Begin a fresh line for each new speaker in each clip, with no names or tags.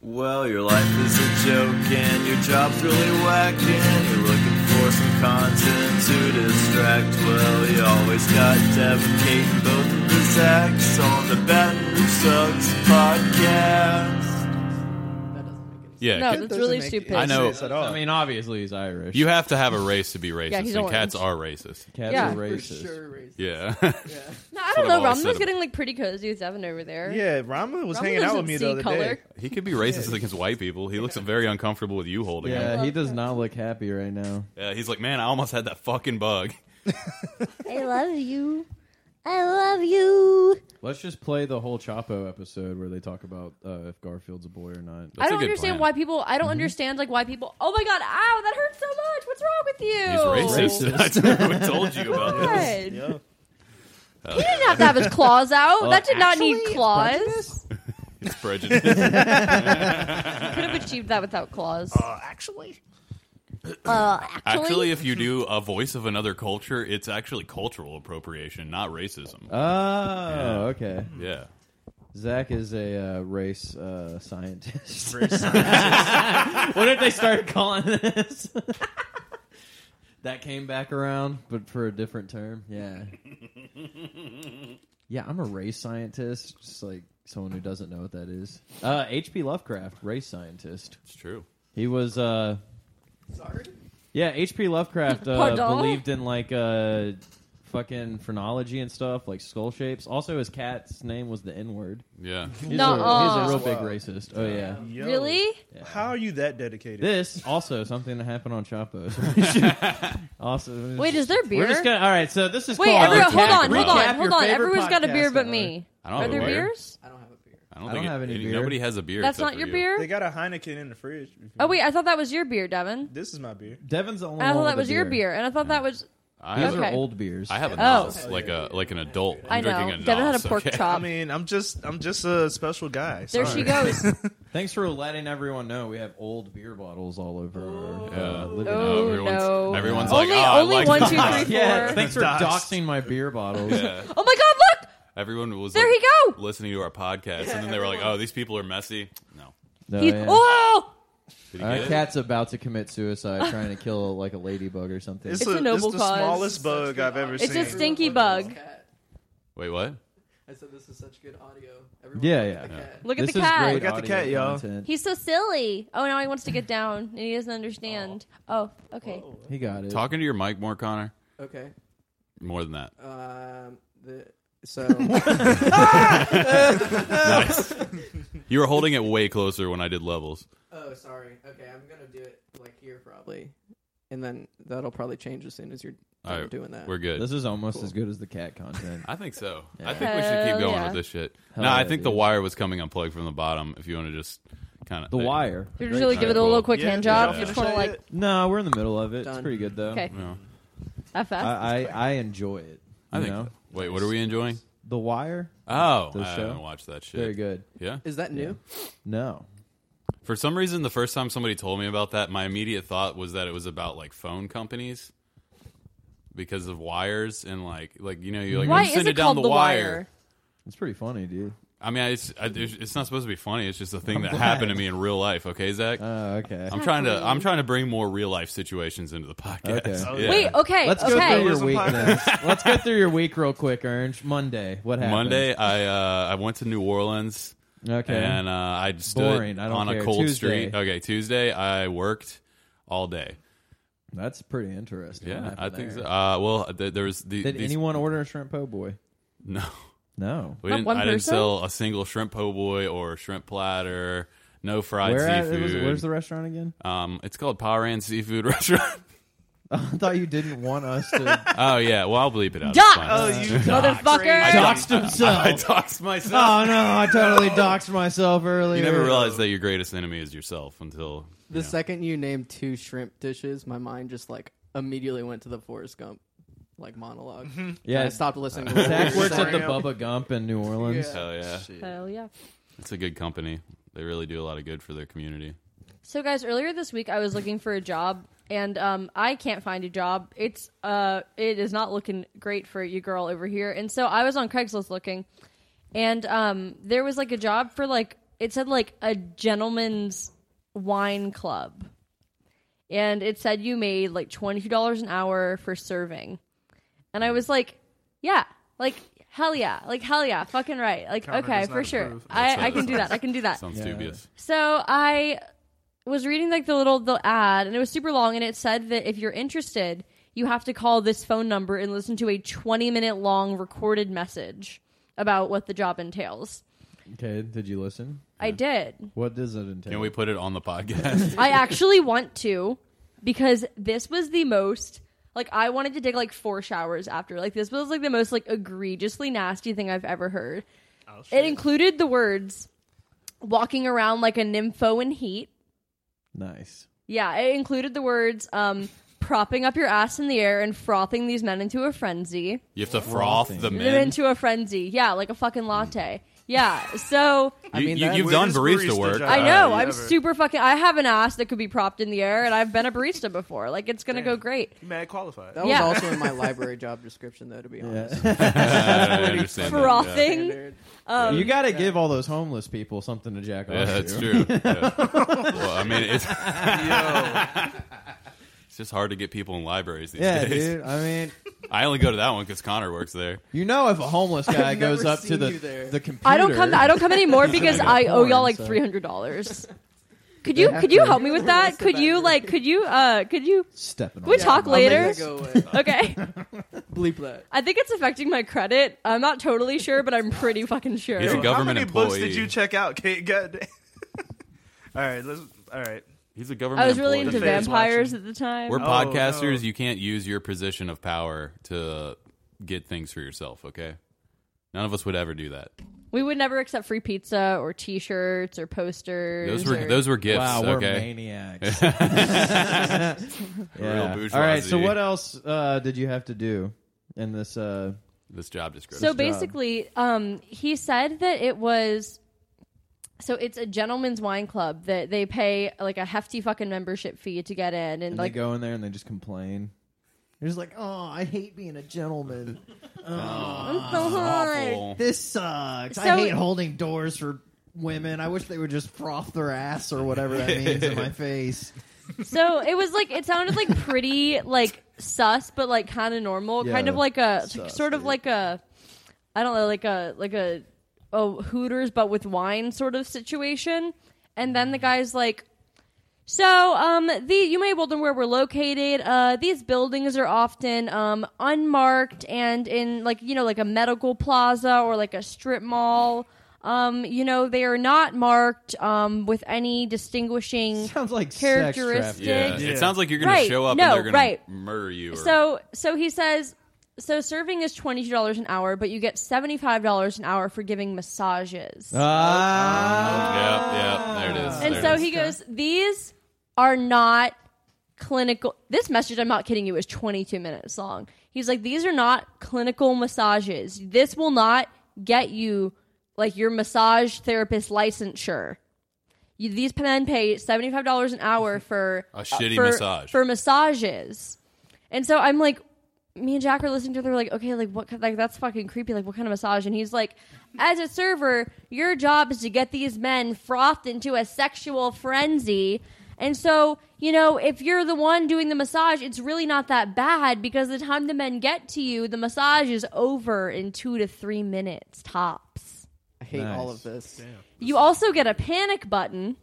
Well, your life is a joke and your job's really whack and you're looking for some content to distract. Well, you always got Dev and Kate and both of the Zacks on the Baton Rouge Sucks podcast.
That doesn't make any sense.
Yeah,
No,
ca-
that's
doesn't
really
make
stupid.
any
I know.
sense At all.
I mean, obviously he's Irish.
you have to have a race to be racist,
he's
and
orange.
cats are racist.
cats
yeah.
are
For
for
racist.
sure racist.
Yeah,
No, I
what
don't
I've
know.
always said
Romney was
about-
getting like pretty cozy with Evan over there.
Yeah, Rama was
Romney
hanging out
doesn't
with me
see
the other
color.
day.
he could be racist against white people. He looks very uncomfortable with you holding him.
Yeah, he does not look happy right now.
Yeah, he's like, man, I almost had that fucking bug.
I love you. I love you.
Let's just play the whole Chapo episode where they talk about uh, if Garfield's a boy or not.
That's
I
a
don't
good
understand
plan.
why people.
Mm-hmm.
I don't understand like why people. Oh my god! Ow! That hurts so much. What's wrong with you? Oh,
He's racist. I told you about this.
God.
Yeah.
Oh.
He didn't have to have his claws out.
Well,
that did not need
actually, it's
claws.
It's prejudice.
Could have achieved that without claws.
Uh, actually,
Uh,
actually, if you do a voice of another culture, it's actually cultural appropriation, not racism.
Oh, okay.
yeah.
Zach is a uh, race uh, scientist. what if they started calling this? that came back around, but for a different term. Yeah. Yeah, I'm a race scientist, just like someone who doesn't know what that is. Uh, H.P. Lovecraft, race scientist.
It's true.
He was. Uh,
Sorry.
Yeah, H.P. Lovecraft uh,
Pardon?
believed in like uh, fucking phrenology and stuff, like skull shapes. Also, his cat's name was the N word.
Yeah.
He's,
Nuh-uh.
a, he's a real big racist. Oh yeah.
yo,
really,
How are you that dedicated?
This also something that happened on Chapo. also,
wait, is there beer?
We're just gonna. All right, so this is
wait,
called
everyone, hold
Recap-
on, hold on,
Recap
hold
Your
on.
Favorite
Everyone's got a
Podcast
beer but
Hour.
me.
I don't
Are
have
there
a beer.
beers?
I don't have a beer.
I don't,
I
think
don't have
it-
any
any-
beer.
Nobody has a beer.
That's
except
not
for
your
you.
beer.
They got a Heineken in the fridge.
Oh wait, I thought that was your beer, Devin.
This is my beer.
Devin's the only
And I thought
one
that
with a
was your beer, and I thought that was
I
These
have,
Okay.
are old beers.
I have a
Oh.
Nos, like a like an adult. I'm
I know.
Drinking a
Devin had a
Nos,
pork
okay?
I
chop.
mean, I'm just, I'm just a special guy.
There she
sorry.
goes.
Thanks for letting everyone know we have old beer bottles all over. Our, uh, living room.
Oh
everyone's-
no!
everyone's
only
like, "Ah, I
only
like
one, two,
that."
three, four.
Yeah, thanks for
Doxed.
doxing my beer bottles.
Yeah.
Oh my God! Look,
Everyone was
There
like,
he go!
listening to our podcast, and then they were like, "Oh, these people are messy." No,
No,
He's-
yeah.
oh,
Did he
Our
get it?
cat's about to commit suicide trying to kill like a ladybug or something.
It's,
It's
a,
a noble
it's the
cause.
smallest bug I've ever
It's
seen.
a stinky bug.
Cat.
Wait, what?
I said this is such good audio. Everyone look
Yeah,
at
yeah.
the
Yeah.
cat.
look at
this
the
is
cat.
great
Look at the
audio
cat, y'all.
content.
He's so silly. Oh, now he wants to get down, and he doesn't understand. Oh, okay.
He got it.
Talking to your mic more, Connor.
Okay.
More than that.
Um. The, so
You were holding it way closer when I did levels.
oh sorry. Okay, I'm gonna do it like here probably, and then that'll probably change as soon as you're
All
done
right,
doing that.
We're good.
This is almost as good as the cat content.
I think so.
Yeah.
I think we should keep
Hell
going
Oh, yeah.
with this shit.
Hell
no, I
yeah,
think the
dude.
wire was coming unplugged from the bottom. If you want to just kind of
The Wire.
You're just really
Great.
give it a
Alright,
little
cool.
quick
Yeah,
hand
did y'all
job. You just
finish
want to
that
like,
yet?
No, we're in the middle of it. It's
Done.
pretty good though.
okay,
No,
that fast.
Uh,
I, I I enjoy it.
I
you
think.
know?
Wait, what are we enjoying?
The Wire.
Oh,
The
I
show?
haven't watched that shit.
Very good.
Yeah.
Is that new?
No.
For some reason, the first time somebody told me about that, my immediate thought was that it was about like phone companies because of wires and like like you know you like
Why
you
is
send
it
down
called
the,
the
wire.
wire?
It's pretty funny, dude.
I mean, it's I, it's it's not supposed to be funny. It's just a thing that happened to me in real life. Okay, Zach.
Oh, okay.
I'm trying to I'm trying to bring more real life situations into the podcast.
Okay. Oh,
Yeah.
Wait, oh. okay,
Let's go
okay.
through your
Listen,
week.
podcast.
Next. Let's go through your week real quick, Ernst. Monday. What happened?
Monday, I uh, I went to New Orleans.
Okay.
And uh, I stood
Boring. I don't
on
care.
a cold
Tuesday.
street. Okay, Tuesday I worked all day.
That's pretty interesting. What
Yeah, I
happened
think so.
there?
Uh, well, th- there was the
Did
these-
anyone order a shrimp po' boy?
No,
No.
we
Not
didn't,
one
I didn't
person?
sell a single shrimp po' boy or shrimp platter. No fried
Where at, it
seafood.
was, where's the restaurant again?
um, it's called Paran Seafood Restaurant.
I thought you didn't want us to
oh yeah, well I'll bleep it out. It's
Doc!
fine.
Oh, you
Motherfucker.
doxed
I
himself.
doxed myself.
Oh no, I totally doxed myself earlier.
you never realize that your greatest enemy is yourself until
The
you know.
second you named two shrimp dishes, my mind just like immediately went to the Forrest Gump like monologue.
Mm-hmm.
Yeah,
I stopped listening. to
Zach
what
works at the
Sorry.
Bubba Gump in New Orleans.
Yeah.
Hell yeah,
Hell yeah.
it's a good company. They really do a lot of good for their community.
So, guys, earlier this week I was looking for a job, and um, I can't find a job. It's uh, it is not looking great for you, girl, over here. And so I was on Craigslist looking, and um, there was like a job for like it said like a gentleman's wine club. And it said you made like $22 an hour for serving. And I was like, yeah, like hell yeah, like hell yeah, fucking right. Like,
Connor
okay,
does
for
not
sure.
approve.
That's what
I, I
it
can do that. I can do that.
Sounds
Yeah.
dubious.
So I was reading like the little the ad, and it was super long, and it said that if you're interested, you have to call this phone number and listen to a 20 minute long recorded message about what the job entails.
Okay, did you listen?
I did.
What does it entail?
Can we put it on the podcast?
I actually want to because this was the most like I wanted to take like four showers after. Like this was like the most like egregiously nasty thing I've ever heard. It included the words walking around like a nympho in heat.
nice.
Yeah, it included the words um, propping up your ass in the air and frothing these men into a frenzy.
you have to froth the
Frothing.
Them
men.
into a frenzy. Yeah, like a fucking latte. Yeah, so
I
you,
mean,
you,
that-
you've done barista,
Weirdest barista
work.
job.
I know
Uh,
I'm
ever.
super fucking. I have an ass that could be propped in the air, and I've been a barista before. Like it's gonna go
Damn.
great.
You mad qualified.
That
Yeah.
was also in my library job description, though. To be honest,
I understand that, yeah.
Frothing.
Standard.
you got to give all those homeless people something to jack
Yeah,
off.
that's
to.
true. Yeah. well, I mean, it's,
Yo,
it's just hard to get people in libraries these
Yeah,
days.
dude. I mean,
I only go to that one because Connor works there.
you know, if a homeless guy
I've
goes
never
up to
seen
the
you there.
the computer,
I don't come. I don't come anymore because I owe y'all like
so-
three hundred dollars. Could you
have
could you
to.
help me with that? Could you like could you uh could you
stepping. on
We'll
it.
talk
I'll make
later.
that go away.
okay?
Bleep that.
I think it's affecting my credit. I'm not totally sure, but I'm pretty fucking sure.
He's a
how
government
many books
employee.
did you check out, Kate? Goddamn. all right, let's. All right.
He's a government.
I was really
employee.
into
The fans
vampires
watching.
at the time.
We're
Oh,
podcasters.
no.
You can't use your position of power to get things for yourself. Okay, none of us would ever do that.
We would never accept free pizza or T-shirts or posters.
Those were
or-
those were gifts.
Wow, we're
okay,
maniacs.
Real
yeah.
bourgeoisie.
All right. So what else uh, did you have to do in this? Uh,
this job description.
So
job.
basically, um, he said that it was. So it's a gentleman's wine club that they pay like a hefty fucking membership fee to get in, and,
and
like
they go in there and they just complain. They're just like, "Oh, I hate being a gentleman.
I'm so high.
Awful.
This sucks.
So-
I hate holding doors for women. I wish they would just froth their ass or whatever that means in my face."
So it was like it sounded like pretty like sus, but like kind of normal,
Yeah,
kind of like a
sus,
sort of
dude.
like a I don't know, like a like a a Hooters but with wine sort of situation. And
Mm.
then the guy's like, so um the you may wonder where we're located. Uh, these buildings are often um unmarked and in like you know like a medical plaza or like a strip mall. Um, you know they are not marked um with any distinguishing
Sounds like
Characteristic.
Yeah.
Yeah.
it sounds like you're gonna
Right,
show up
no,
and they're gonna
right.
murder you. Or,
So so he says so serving is twenty two dollars an hour, but you get seventy five dollars an hour for giving massages.
Ah,
yeah, yeah, there it is.
and
there
so
it is.
he goes, These are not clinical this message, I'm not kidding you, is twenty two minutes long. He's like, These are not clinical massages. This will not get you like your massage therapist licensure. You, these men pay seventy five dollars an hour for
A shitty
for-
massage.
for massages, and so I'm like, me and Jack are listening to. They're like, okay, like what? ki- Like that's fucking creepy. Like what kind of massage? And he's like, as a server, your job is to get these men frothed into a sexual frenzy. And so, you know, if you're the one doing the massage, it's really not that bad because the time the men get to you, the massage is over in two to three minutes tops.
I hate all
Nice.
of this.
You also get a panic button.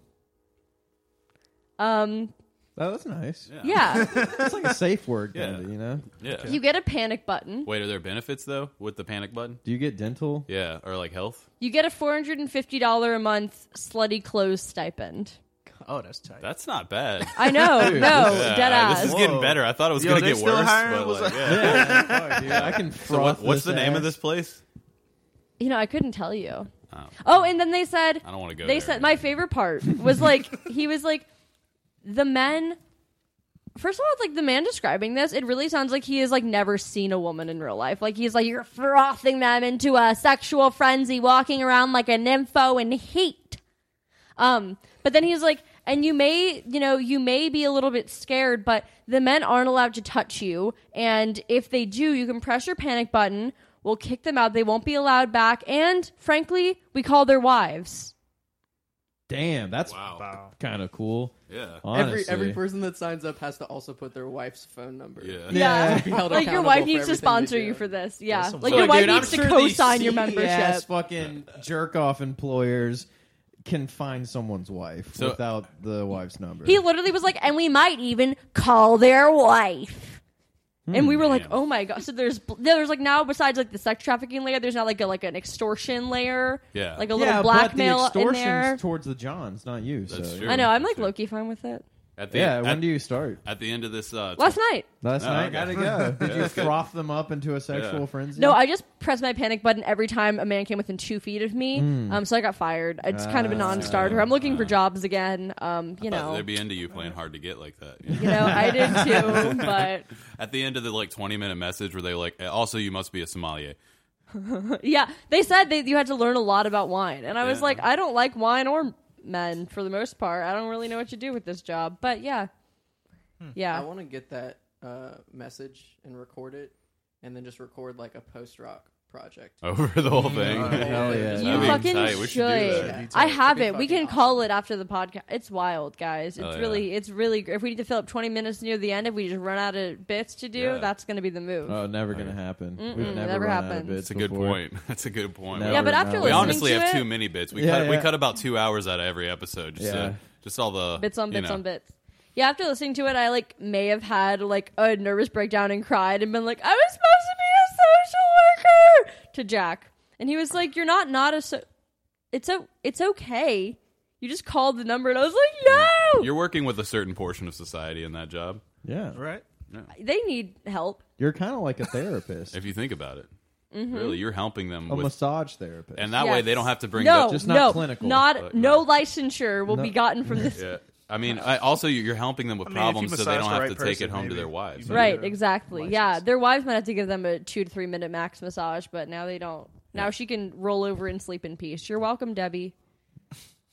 Um,
that was nice.
yeah,
It's like a safe word,
Yeah.
kinda, you know.
yeah.
you get a panic button.
Wait, are there benefits though with the panic button?
Do you get dental?
Yeah, or like health?
You get a four hundred and fifty dollar a month slutty clothes stipend.
Oh, that's tight.
That's not bad.
I know, no,
Yeah,
dead ass.
This is getting
Whoa.
better. I thought it was
Yo,
going to
they
get
still
worse.
hiring?
But
Was
like,
I-
yeah.
dude, I can froth.
Oh, So what, what's the
this
name
ass.
of this place?
you know, I couldn't tell you.
Oh.
Oh, and then they said
I don't want to go.
they
there.
said my favorite part was like he was like the men. First of all, like the man describing this, it really sounds like he has like never seen a woman in real life. Like he's like you're frothing them into a sexual frenzy, walking around like a nympho in heat. Um, but then he's like, and you may, you know, you may be a little bit scared, but the men aren't allowed to touch you. And if they do, you can press your panic button. We'll kick them out. They won't be allowed back. And frankly, we call their wives.
Damn, that's
Wow.
Wow.
kind of cool.
Yeah.
Honestly.
Every every person that signs up has to also put their wife's phone number.
Yeah.
Yeah.
To be held
like your
accountable
wife
for
needs
everything you
to sponsor
do.
you for this. Yeah,
some
like
Look,
your wife
dude, I'm
needs to
sure these
co-sign your
seedy
membership.
ass fucking jerk off employers can find someone's wife
So-
without the wife's number.
He literally was like, and we might even call their wife. And we were like,
Damn.
oh my god! So there's there's like now besides like the sex trafficking layer, there's now like a like an extortion layer,
Yeah.
like a little
yeah,
blackmail
but the
in
extortion's
there.
towards the Johns, not you.
That's
so.
true.
I know. I'm
That's
like
true.
Loki fine with it.
At the,
Yeah,
at,
when do you start?
at the end of this, uh,
Last night,
Last
Oh,
night,
okay.
gotta go. Did you
Yeah.
froth them up into a sexual
Yeah.
frenzy?
no, I just pressed my panic button every time a man came within two feet of me. Um, so I got fired. It's kind of a
Ah.
non-starter. I'm looking for jobs again. Um, you
uh,
know,
they'd be into you playing hard to get like that. you know?
you know, I did too, but
At the end of the like 20 minute message, where they like, "Uh, also you must be a sommelier.
Yeah, they said that you had to learn a lot about wine, and I was
Yeah.
like, I don't like wine or men for the most part. I don't really know what you do with this job, but yeah,
I Hmm.
yeah,
want to get that uh, message and record it, and then just record like a post rock project.
over the whole thing.
Hell yeah.
you
That'd be
fucking
tight. We
should.
should do that.
That'd be
I
tight.
have
That'd
it.
be
We can
fucking
call it after the podcast. It's wild, guys. It's
Oh, yeah.
really, it's really. gr- If we need to fill up twenty minutes near the end, if we just run out of bits to do,
Yeah.
that's going to be the move.
Oh, never gonna happen. We've never,
never
run out of
happened.
bids
That's a good
before.
point. That's a good point.
Never
yeah, but
now.
after
We
we
listening
honestly
to
have
it,
too many bits. We
Yeah,
cut we
yeah.
cut about two hours out of every episode. Just,
Yeah.
uh, just all the
bits on
you
bits
know.
on bits. Yeah, after listening to it, I like may have had like a nervous breakdown and cried and been like, "I was supposed to be a social worker." To Jack, and he was like, "You're not not a so. It's o- it's okay. You just called the number." And I was like, "No,
Mm, You're working with a certain portion of society in that job,
Yeah,
Right?
they need help."
you're kind of like a therapist,
if you think about it. Really, you're helping them
a
with,
massage therapist.
and that
Mm-hmm. Yes.
way they don't have to bring.
no,
the-
Just not
no,
clinical.
Not
But-
no licensure will
No.
be gotten from this.
yeah. I mean, I, also you- you're helping them
I
with
mean, if you
problems, so they
massage the
don't have
right
to take
person,
it home to
maybe.
their wives.
You
Right,
Yeah.
exactly.
License.
Yeah, their wives might have to give them a two to three minute max massage, but now they don't. Now she can roll over and sleep in peace. You're welcome, Debbie.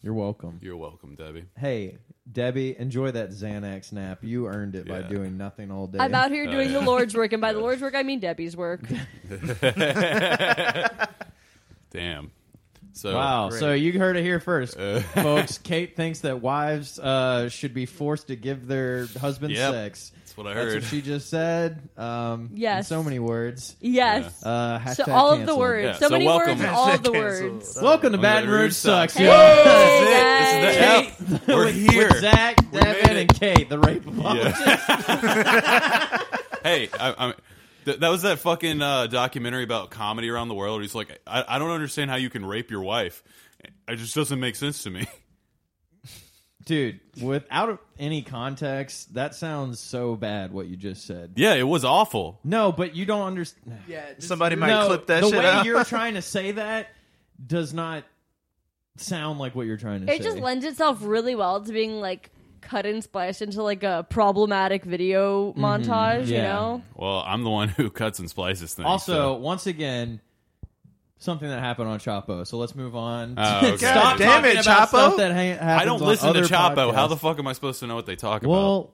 You're welcome.
You're welcome, Debbie.
Hey, Debbie, enjoy that Xanax nap. You earned it by
Yeah.
doing nothing all day.
I'm out here
Oh,
doing
yeah.
the Lord's work, and by the Lord's work, I mean Debbie's work.
Damn. So
Wow. So you heard it here first,
Uh,
folks. Kate thinks that wives uh, should be forced to give their husbands
Yep.
sex.
that's what I
That's
heard.
what she just said. Um, in
Yes.
so many words.
Yes.
Uh, hashtag
so all of the
canceled.
words,
Yeah,
so,
so
many
welcome.
words, all of the
Cancel.
words.
Welcome to
Well,
Baton
the Rouge
Rouge sucks.
sucks.
Yo!
guys.
That's it. It's the- We're here.
With Zach,
We made
Devin,
it.
and Kate, the rape apologist.
hey, I, I'm. Th- that was that fucking uh, documentary about comedy around the world. Where he's like, I, I don't understand how you can rape your wife. It just doesn't make sense to me.
Dude, without any context, that sounds so bad what you just said.
yeah, it was awful.
No, but you don't understand.
Yeah, just-
Somebody might
no,
clip that
the
shit
way
out.
you're trying to say that does not sound like what you're trying to
It
say.
just lends itself really well to being like cut and spliced into like a problematic video montage. You
yeah.
know,
Well, I'm the one who cuts and splices things.
also,
so-
once again, something that happened on Chapo. So let's move on.
Oh, okay.
God
Stop
damn
talking
it,
about
Chapo.
stuff that ha- happens
I don't
on
listen to
other
Chapo. How the
podcasts.
fuck am I supposed to know what they talk about?
well,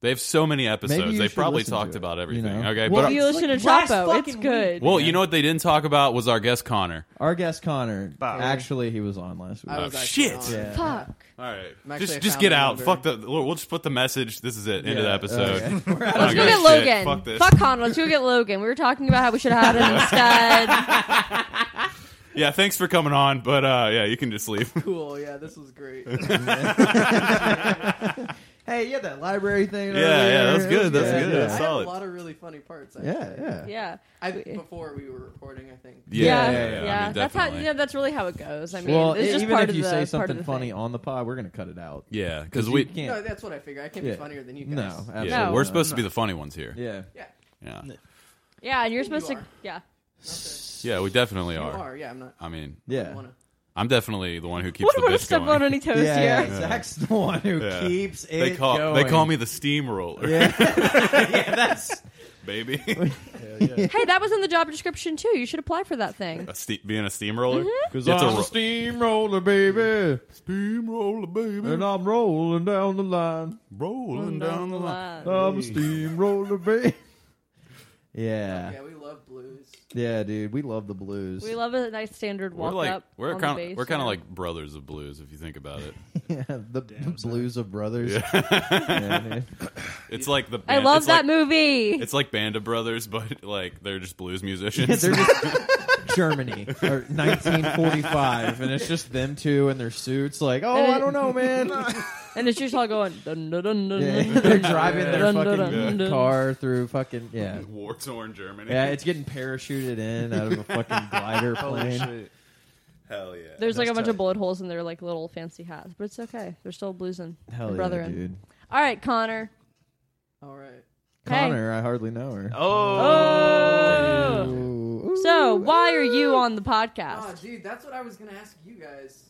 They have so many
Maybe
episodes.
you
They
should
probably
listen to
talked
it,
about
you
everything.
know?
Okay,
Well,
but
if you
it's
listen
like
to
last
Chapo, it's
fucking
good.
well, you know what they didn't talk about was our guest Connor.
our guest Connor.
Bye.
Actually, he was on last week.
I was
Oh,
actually
shit.
on.
yeah.
Fuck.
All right,
actually
just
a
just
family
get out.
member.
Fuck the. We'll just put the message. This is it. End of the
Yeah,
episode.
okay.
I don't
Let's
give a
go get
shit.
Logan.
Fuck this.
Connor. Let's go get Logan. We were talking about how we should have had him instead.
Yeah, thanks for coming on, but uh, yeah, you can just leave.
Cool. Yeah, this was great.
Hey, yeah, that library
Yeah,
thing.
yeah, that's
earlier.
good, that's good,
Yeah, yeah.
I
that's-
had a
solid.
lot of really funny parts. Actually.
Yeah, yeah.
Yeah.
I before we were recording, I think.
Yeah,
Yeah, yeah,
yeah,
yeah.
I mean,
that's how.
definitely.
You know, that's really how it goes. I mean,
Well,
it's
e-
just
even
part
if
of
you
the,
say
part of
something
the
funny
thing.
on the pod, we're gonna cut it out.
Yeah, because
You
we.
can't.
No, that's what I figure. I can't
Yeah.
be funnier than you
no,
guys.
absolutely
Yeah,
No.
we're
not.
supposed to be the funny ones here. Yeah,
Yeah.
Yeah.
yeah,
Yeah, and you're supposed to.
are.
Yeah,
we definitely
You
are.
are. Yeah, I'm not.
I mean,
Yeah.
Wanna-
I'm definitely the one who keeps
what
the
want to
bitch
step
going.
on any toes
Yeah, yeah,
here?
Zach's the one who
Yeah.
keeps it
they call
going.
they call me the steamroller,
Yeah, yeah that's
baby.
Hey, that was in the job description too. You should apply for that thing.
a ste- being a steamroller.
Mm-hmm.
because
It's a
I'm a,
ro-
steamroller, baby,
steamroller, baby,
and I'm rolling down the line.
rolling down the line.
I'm a steamroller, baby. Yeah.
Yeah, we love blues.
Yeah, dude, we love the blues.
We love a nice standard
We're
walk
like
up.
we're
on
kind
the
of
bass,
we're kind
yeah.
of like brothers of blues if you think about it.
yeah, the blues of brothers. Yeah, dude.
It's like the
I
band-
love
it's like-
that movie.
It's like Band of Brothers, but like they're just blues
Yeah,
musicians.
they're just Germany or 1945, and it's just them two in their suits. Like, oh, I don't know, man.
and it's just all going. Dun, dun, dun, dun,
Yeah,
dun,
they're
dun,
driving their
dun, dun, dun,
fucking
dun.
car through fucking yeah.
War torn Germany.
Yeah, it's getting parachuted in out of a fucking glider
Holy
plane.
shit.
Hell yeah.
There's like a
That's
bunch
tight.
of bullet holes in their like little fancy hats, but it's okay. They're still bluesing.
Hell yeah,
Brethren.
dude.
All right, Connor.
All right.
Hey.
Connor, I hardly know her.
Oh.
Ooh, ooh.
So why are you on the
Oh,
podcast?
dude, that's what I was gonna ask you guys.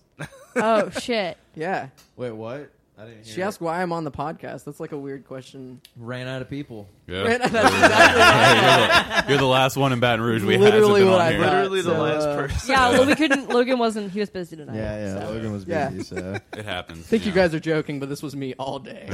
oh shit.
Yeah,
Wait, what? I didn't hear.
she
it.
asked why I'm on the podcast. That's like a weird question.
Ran out of people.
Yeah.
that's exactly what I
You're the- You're the last one in Baton Rouge we had
Literally
been
what
on
I
here.
thought.
Literally the
So,
last
uh,
person.
Yeah. Well, we couldn't. Logan wasn't. He was busy tonight.
Yeah, yeah. Logan was busy,
Yeah.
so Mm-hmm.
It happens.
think you
know.
guys are joking, but this was me all day.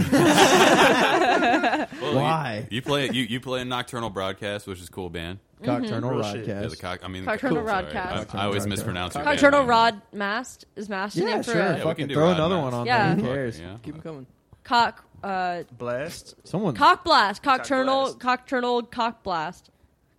Well, you-
why?
You, play you you play in Nocturnal Broadcast, which is cool band.
Nocturnal
Real shit.
Rodcast.
Yeah, the cock. I mean,
Nocturnal
cool, sorry.
Broadcast.
I, I always mispronounce your band
Nocturnal
name.
Rod Mast is Mast. your
Yeah,
name for
sure.
a-
we
Fucking
can do
throw
Rod
another
Mast.
one on
Yeah.
there. Who
Fuck it,
cares?
yeah.
Keep 'em coming.
cock uh
Blast.
Someone.
cock blast cockturnal
Cock blast.
cockturnal cock blast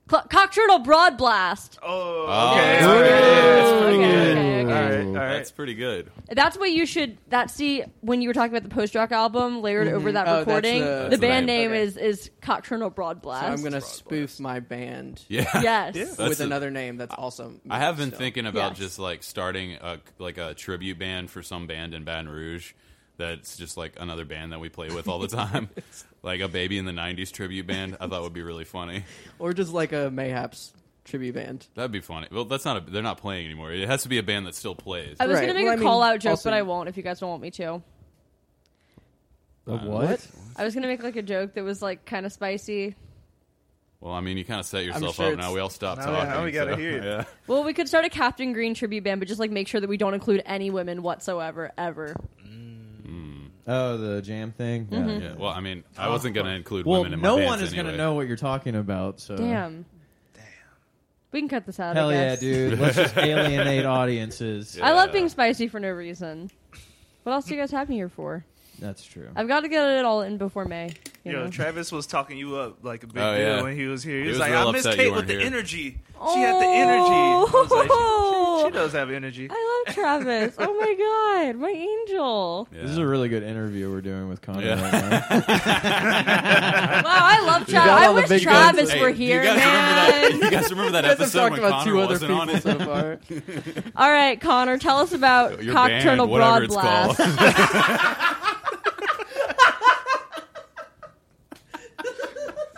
Cl- cockturnal broad blast
Oh,
Oh,
okay.
that's
all right,
okay, okay,
Ooh.
okay.
All right, all right.
That's pretty good.
that's what you should that see when you were talking about the post rock album layered over that
Oh, that's
recording
the-
the
That's the
band
name.
name
Okay.
is is cockturnal broad blast
So I'm gonna spoof my band
Yeah.
yes
Yeah.
That's
with
a-
another name that's also.
I have been
still.
thinking about
Yes.
just like starting a like a tribute band for some band in Baton Rouge. That's just like another band that we play with all the time, like a Baby in the '90s tribute band. I thought would be really funny.
or just like a Mayhaps tribute band.
That'd be funny. Well, that's not. A, they're not playing anymore. It has to be a band that still plays.
i was
Right,
gonna make
well, I
a
mean,
call out joke
also-
but i won't if you guys don't want me to
A what?
i was gonna make like a joke that was like kind of spicy
Well, I mean, you kind of set yourself
sure
up. Now
it's-
we all stop
Now we-
talking.
now we gotta
so,
hear it.
Yeah.
well we could start a captain green tribute band but just like make sure that we don't include any women whatsoever ever
Oh, the jam thing. Yeah, yeah.
yeah. Well, I mean, I wasn't going to include
Well,
women in my
no
bands
one is
anyway.
gonna know what you're talking about. So
Damn. Damn. We can cut this out.
Hell
I
yeah,
guess.
dude! Let's just alienate audiences.
Yeah.
I love being spicy for no reason. What else do you guys have me here for?
That's true.
I've got to get it all in before May. You
Yo,
know?
Travis was talking you up like a big
Oh,
deal
yeah.
when he was here. He,
He
was,
was
like,
real
I miss
upset you
Kate
weren't
with the
here."
energy. She had the energy. I was like, she, she- she does have energy.
Oh. I love Travis. oh my god, my angel!
Yeah.
This is a really good interview we're doing with Connor
Yeah.
right now.
Wow, I love Travis.
got
I
all the
wish
big
Travis
guns.
Hey,
were
do
here,
you guys
man.
Remember that, you guys remember that
Guys, I've
episode
talked
when
about
Connor
two other
wasn't on
people
it?
so far.
all right, Connor, tell us about
Your band,
Cockturnal
whatever
Broad
it's
Blast.
called.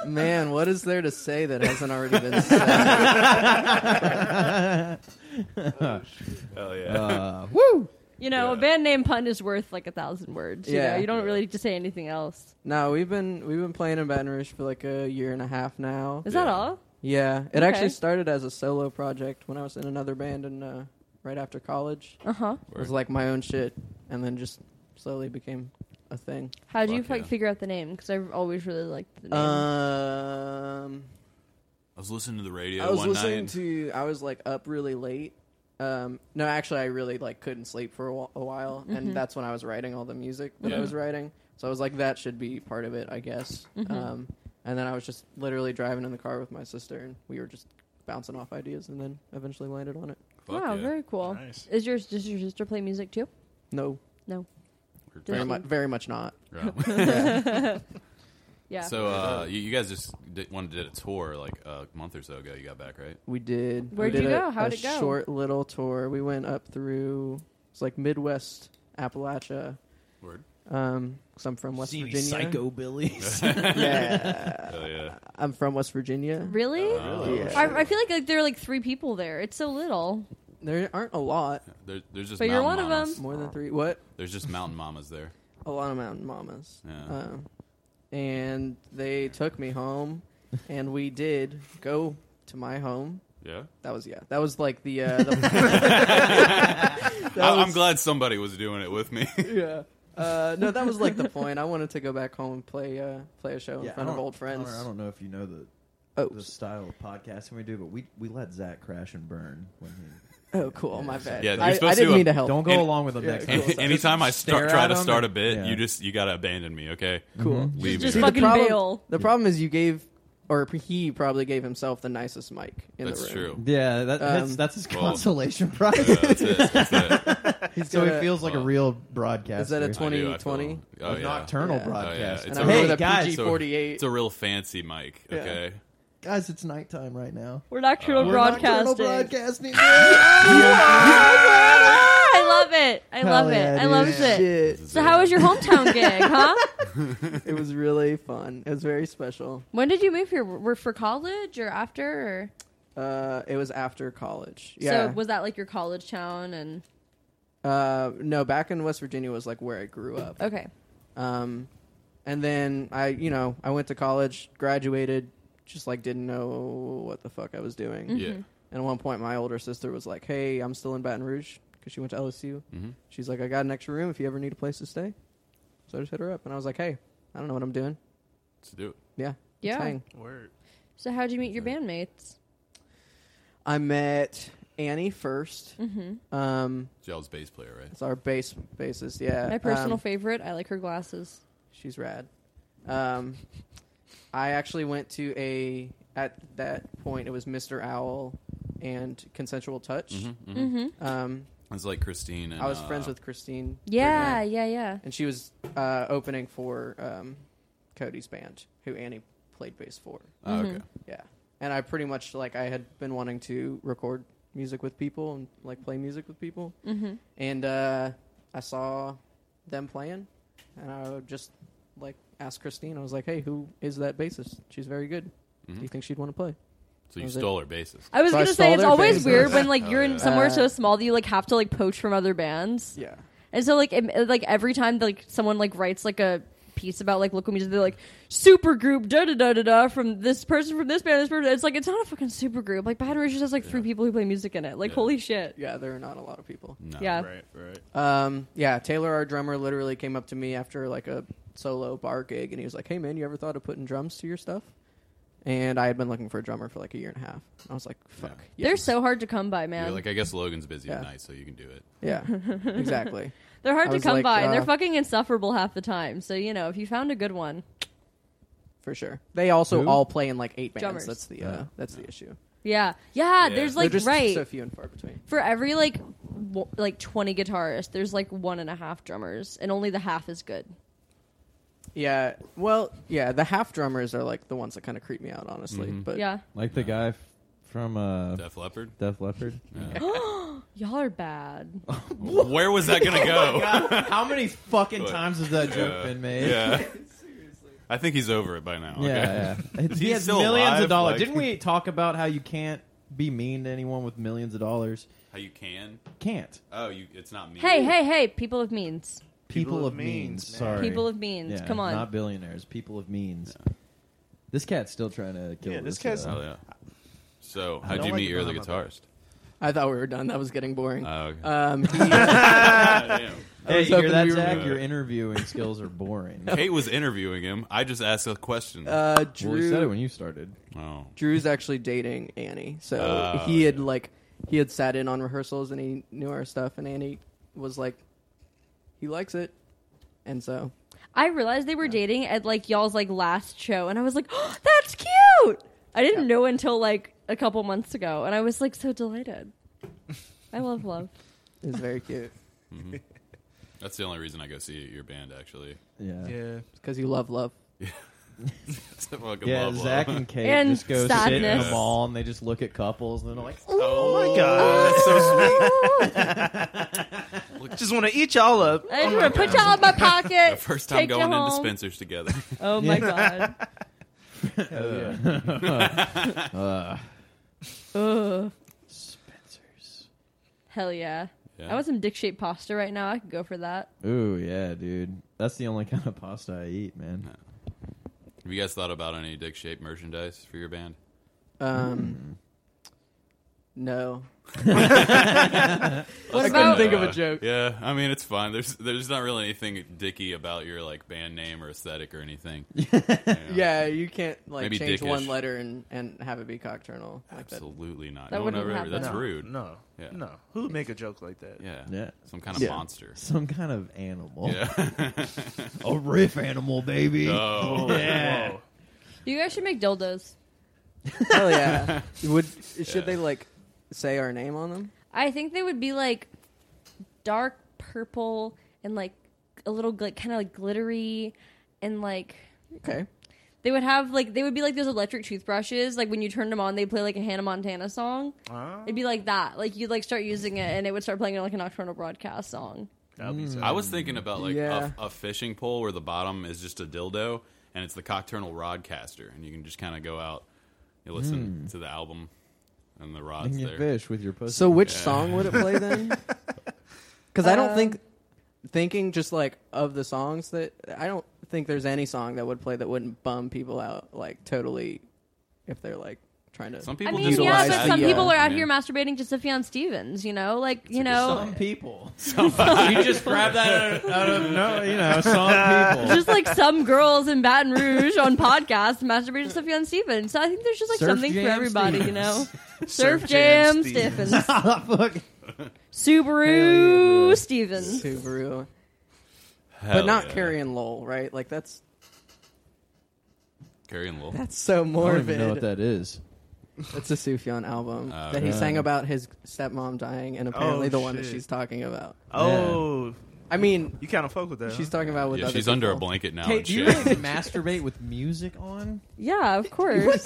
Man, what is there to say that hasn't already been said?
Hell yeah.
Uh, woo!
You know, a
Yeah.
band name pun is worth like a thousand words. You
Yeah.
know, you don't
Yeah.
really need to say anything else.
no, we've been we've been playing in Baton Rouge for like a year and a half now.
Is that
Yeah.
all?
Yeah, it
Okay.
actually started as a solo project when I was in another band and uh, right after college.
Uh huh.
It was like my own shit, and then just slowly became a thing.
How do you
Fuck
like
yeah.
figure out the name? Because I've always really liked the name.
Uh, Um,
I was listening to the radio
I was
one
listening
night.
to. I was like up really late. Um, no, actually, I really like couldn't sleep for a wh- a while,
Mm-hmm.
and that's when I was writing all the music that I
Yeah.
was writing. So I was like, that should be part of it, I guess.
Mm-hmm.
Um, and then I was just literally driving in the car with my sister, and we were just bouncing off ideas, and then eventually landed on it.
Fuck
wow,
yeah.
very cool.
Nice.
Is your does your sister play music too?
No,
No.
Weird.
very
Does
much,
she-
very much not.
Yeah.
Yeah.
So uh, you, you guys just did, wanted to did a tour like a month or so ago. You got back, right?
We did.
Where'd
we did
you
a-
go? How'd
a
it go?
Short little tour. We went up through. It's like Midwest Appalachia.
Word.
Um, cause I'm from West Virginia.
psychobillies.
Yeah,
Hell Oh, yeah.
I'm from West Virginia.
really?
Really?
Yeah.
I, I feel like, like there are like three people there. It's so little.
There aren't a lot.
There, there's just
But you're
mountain
one of
mamas.
them.
More than three. What?
There's just mountain mamas there.
A lot of mountain mamas.
Yeah.
Um, and they took me home, and we did go to my home.
Yeah.
That was yeah. That was like the. Uh, the
I, I'm glad somebody was doing it with me.
yeah. Uh, no, that was like the point. I wanted to go back home and play uh, play a show in front of old friends.
I don't know if you know the
Oh,
the style of podcasting we do, but we we let Zach crash and burn when he.
oh, cool. My bad.
Yeah, you're
I, I
supposed
didn't
to, uh,
mean to help.
Don't go
Any-
along with him
Yeah,
next.
cool.
time.
Any,
Just
anytime I
stare
start, try
at
to
'em
start a
and-
bit,
yeah.
you just you gotta abandon me, okay?
Cool.
Mm-hmm. Leave
Just
me.
fucking
the problem,
bail.
The problem is you gave, or he probably gave himself the nicest mic in
That's
the room.
true.
Yeah, that, that's
Um,
that's his
Well,
consolation
Yeah,
prize.
that's it. That's it.
He's
so he
gonna-
feels like a
Well,
real broadcaster.
Is that a
I do, I
2020?
feel- Oh,
A
yeah.
nocturnal
Yeah. Oh, yeah.
broadcast?
It's
And I'm
a-
hey,
Hey,
with a
guys,
PG
so-
forty eight.
It's a real fancy mic,
Yeah.
okay?
guys, it's nighttime right now.
We're nocturnal
Uh,
We're nocturnal
broadcasting.
broadcasting.
Ah, I love it. I
Hell
love
yeah,
it. I
dude.
love
Yeah.
it.
Shit.
So how was your hometown gig, huh?
it was really fun. It was very special.
When did you move here? Were for college or after? Or?
Uh, it was after college. Yeah.
So was that like your college town? And
uh, no, back in West Virginia was like where I grew up.
okay,
Um, and then I, you know, I went to college, graduated, just like didn't know what the fuck I was doing.
Mm-hmm.
Yeah.
And at one point, my older sister was like, "Hey, I'm still in Baton Rouge because she went to LSU." She's like, "I got an extra room if you ever need a place to stay." So I just hit her up, and I was like, "Hey, I don't know what I'm doing."
Let's do it.
Yeah, let's
Yeah.
hang.
Word.
so how'd you meet your bandmates?
I met Annie 1st
Mm-hmm.
Um,
Jell's bass player, right?
it's our bass bassist. Yeah,
My personal
Um,
favorite. I like her glasses.
she's rad. Um, I actually went to a at that point it was Mr. Owl and Consensual Touch.
Mm-hmm.
Um,
It's like Christine and
I was
uh,
friends with Christine.
Yeah,
Burnett.
yeah, yeah.
and she was uh, opening for um, Cody's band, who Annie played bass for.
Oh, okay.
Yeah, and I pretty much like I had been wanting to record music with people and like play music with people, mm-hmm. and uh, I saw them playing, and I would just like asked Christine. I was like, "Hey, who is that bassist? She's very good. Do you think she'd want to play?"
So you
Was it-
stole her bassist.
I was
So I stole
gonna say it's
their
always
faces.
weird when like
Oh,
you're in
yeah.
somewhere
Uh,
so small that you like have to like poach from other bands,
Yeah,
and so like it, like every time like someone like writes like a piece about like local music, they're like super group da da da da da from this person from this band this person. It's like it's not a fucking super group. Like Baton Rouge just has like three people who play music in it. Like
Yeah.
holy shit.
yeah, there are not a lot of people.
No.
Yeah.
Right, right.
Um, yeah, Taylor, our drummer, literally came up to me after like a solo bar gig, and he was like, "Hey, man, you ever thought of putting drums to your stuff?" And I had been looking for a drummer for like a year and a half. I was like, "Fuck, yeah,
They're so hard to come by, man.
You're like, I guess Logan's busy
Yeah.
tonight, so you can do it.
yeah, exactly."
they're hard
I
to
was
come
like,
by, and they're
uh,
fucking insufferable half the time. So you know, if you found a good one,
For sure, they also
Who?
all play in like eight bands.
Drummers.
That's the uh,
Yeah.
that's the issue.
yeah, yeah.
Yeah.
There's
They're
like
They're just
right.
so few and far between.
for every like w- like 20 guitarists there's like one and a half drummers and only the half is good
Yeah, well, yeah, the half drummers are like the ones that kind of creep me out, honestly.
Mm-hmm.
But
yeah
like the guy f- from uh, Def,
Def Leppard?
Leppard.
y'all are bad
Where was
Oh
that going to go?
How many fucking
What?
times has that joke
Yeah.
been made?
uh, Yeah. I think he's over it by now. Okay?
Yeah, yeah.
Is
he
he
has
still
millions
alive?
of dollars.
Like-
Didn't we talk about how you can't be mean to anyone with millions of dollars?
How you can?
Can't.
Oh, you, it's not me.
hey hey hey people of means
People, of means.
man.
sorry.
people of means
Yeah,
come on
Not billionaires. People of means. This cat's still trying to kill
Yeah, this
cat.
cat's-
Oh, yeah. So,
I
how'd
don't
you
like
meet
the
your other
bottom
guitarist?
I thought we were done. That was getting boring.
Uh,
Oh, okay.
Um, he-
Goddamn.
Hey,
was
you hear
hoping
that,
we were-
Zach? Your interviewing skills are boring.
Kate was interviewing him. I just asked a question.
uh, Drew,
Well, we said it when you started.
oh.
Drew's actually dating Annie, so
Oh,
he had like he had sat in on rehearsals and he knew our stuff, and Annie was like, he likes it, and so
i realized they were dating at like y'all's like last show and i was like oh, that's cute i didn't know until like a couple months ago and i was like so delighted i love love
it was very cute
That's the only reason I go see your band, actually.
Yeah. Yeah,
Yeah.
because you love love.
It's a fucking love,
Zach
love.
and Kate
And
just go sit in the
sadness.
mall and they just look at couples and they're like,
Oh my god. That's so sweet. Just want to eat y'all up. Oh,
i just want to put y'all in my pocket
Oh the first time
take you
going into
home.
Spencer's together.
oh my god
uh,
Ugh.
Spencer's.
Hell yeah.
Yeah.
I want some dick shaped pasta right now. I could go for that.
Ooh, yeah, dude. That's the only kind of pasta I eat, man.
Have Mm-hmm. you guys thought about any dick shaped merchandise for your band?
Um, No.
What
I couldn't
about
think of a joke.
Yeah, I mean it's fine. There's there's not really anything dicky about your like band name or aesthetic or anything. You know?
Yeah, you can't like
Maybe
change
dickish.
one letter and, and have it be cockturnal. Like that.
absolutely not.
That
no one
wouldn't
ever.
happen.
That's
no,
rude.
No,
Yeah.
no. Who would make a joke like that?
Yeah.
Yeah.
Some kind of
Yeah.
monster.
Some kind of animal.
Yeah.
A riff animal, baby.
oh.
Yeah.
Whoa.
You guys should make dildos.
Hell Oh, yeah. Would should
Yeah.
they like say our name on them?
I think they would be like dark purple and like a little like kind of like glittery and like
Okay.
they would have like they would be like those electric toothbrushes like when you turned them on they play like a Hannah Montana song.
Ah,
It'd be like that. Like you'd like start using it and it would start playing like a nocturnal broadcast song.
that'd
Mm.
be
I was thinking about like
Yeah.
a, a fishing pole where the bottom is just a dildo and it's the cocturnal rodcaster and you can just kind of go out you listen
Hmm.
to the album and the
You
rods
can get
there.
fish with your pussy.
So which song would it play then? Because I don't
Um,
think thinking just like of the songs that I don't think there's any song that would play that wouldn't bum people out like totally if they're like trying to.
Some
I
people
mean,
just
yeah,
utilize
but
the,
some
uh,
people are out
man.
here masturbating to Sufjan Stevens, you know? Like, you
Some
know,
people. you just grab that out of, out of no, you know, some people.
just like some girls in Baton Rouge on podcasts masturbating to Sufjan Stevens. So I think there's just like
Surf
something for
jam
everybody, you know? Surf,
Surf jam
Jam Stevens.
Stevens.
Fuck.
Subaru Stevens.
Subaru,
Hell
but not
yeah.
Carrie and Lowell, right? Like that's
Carrie and Lowell.
that's so
I don't even know what
morbid.
that is.
That's a Sufjan album
Oh,
that he
okay.
sang about his stepmom dying, and apparently the one that
shit.
she's talking about.
Oh,
I mean,
you kind of fuck with that.
she's
huh?
talking about with
Yeah,
other
she's under a
people.
blanket now.
Hey,
and
do you
shit.
really masturbate with music on?
Yeah, of course.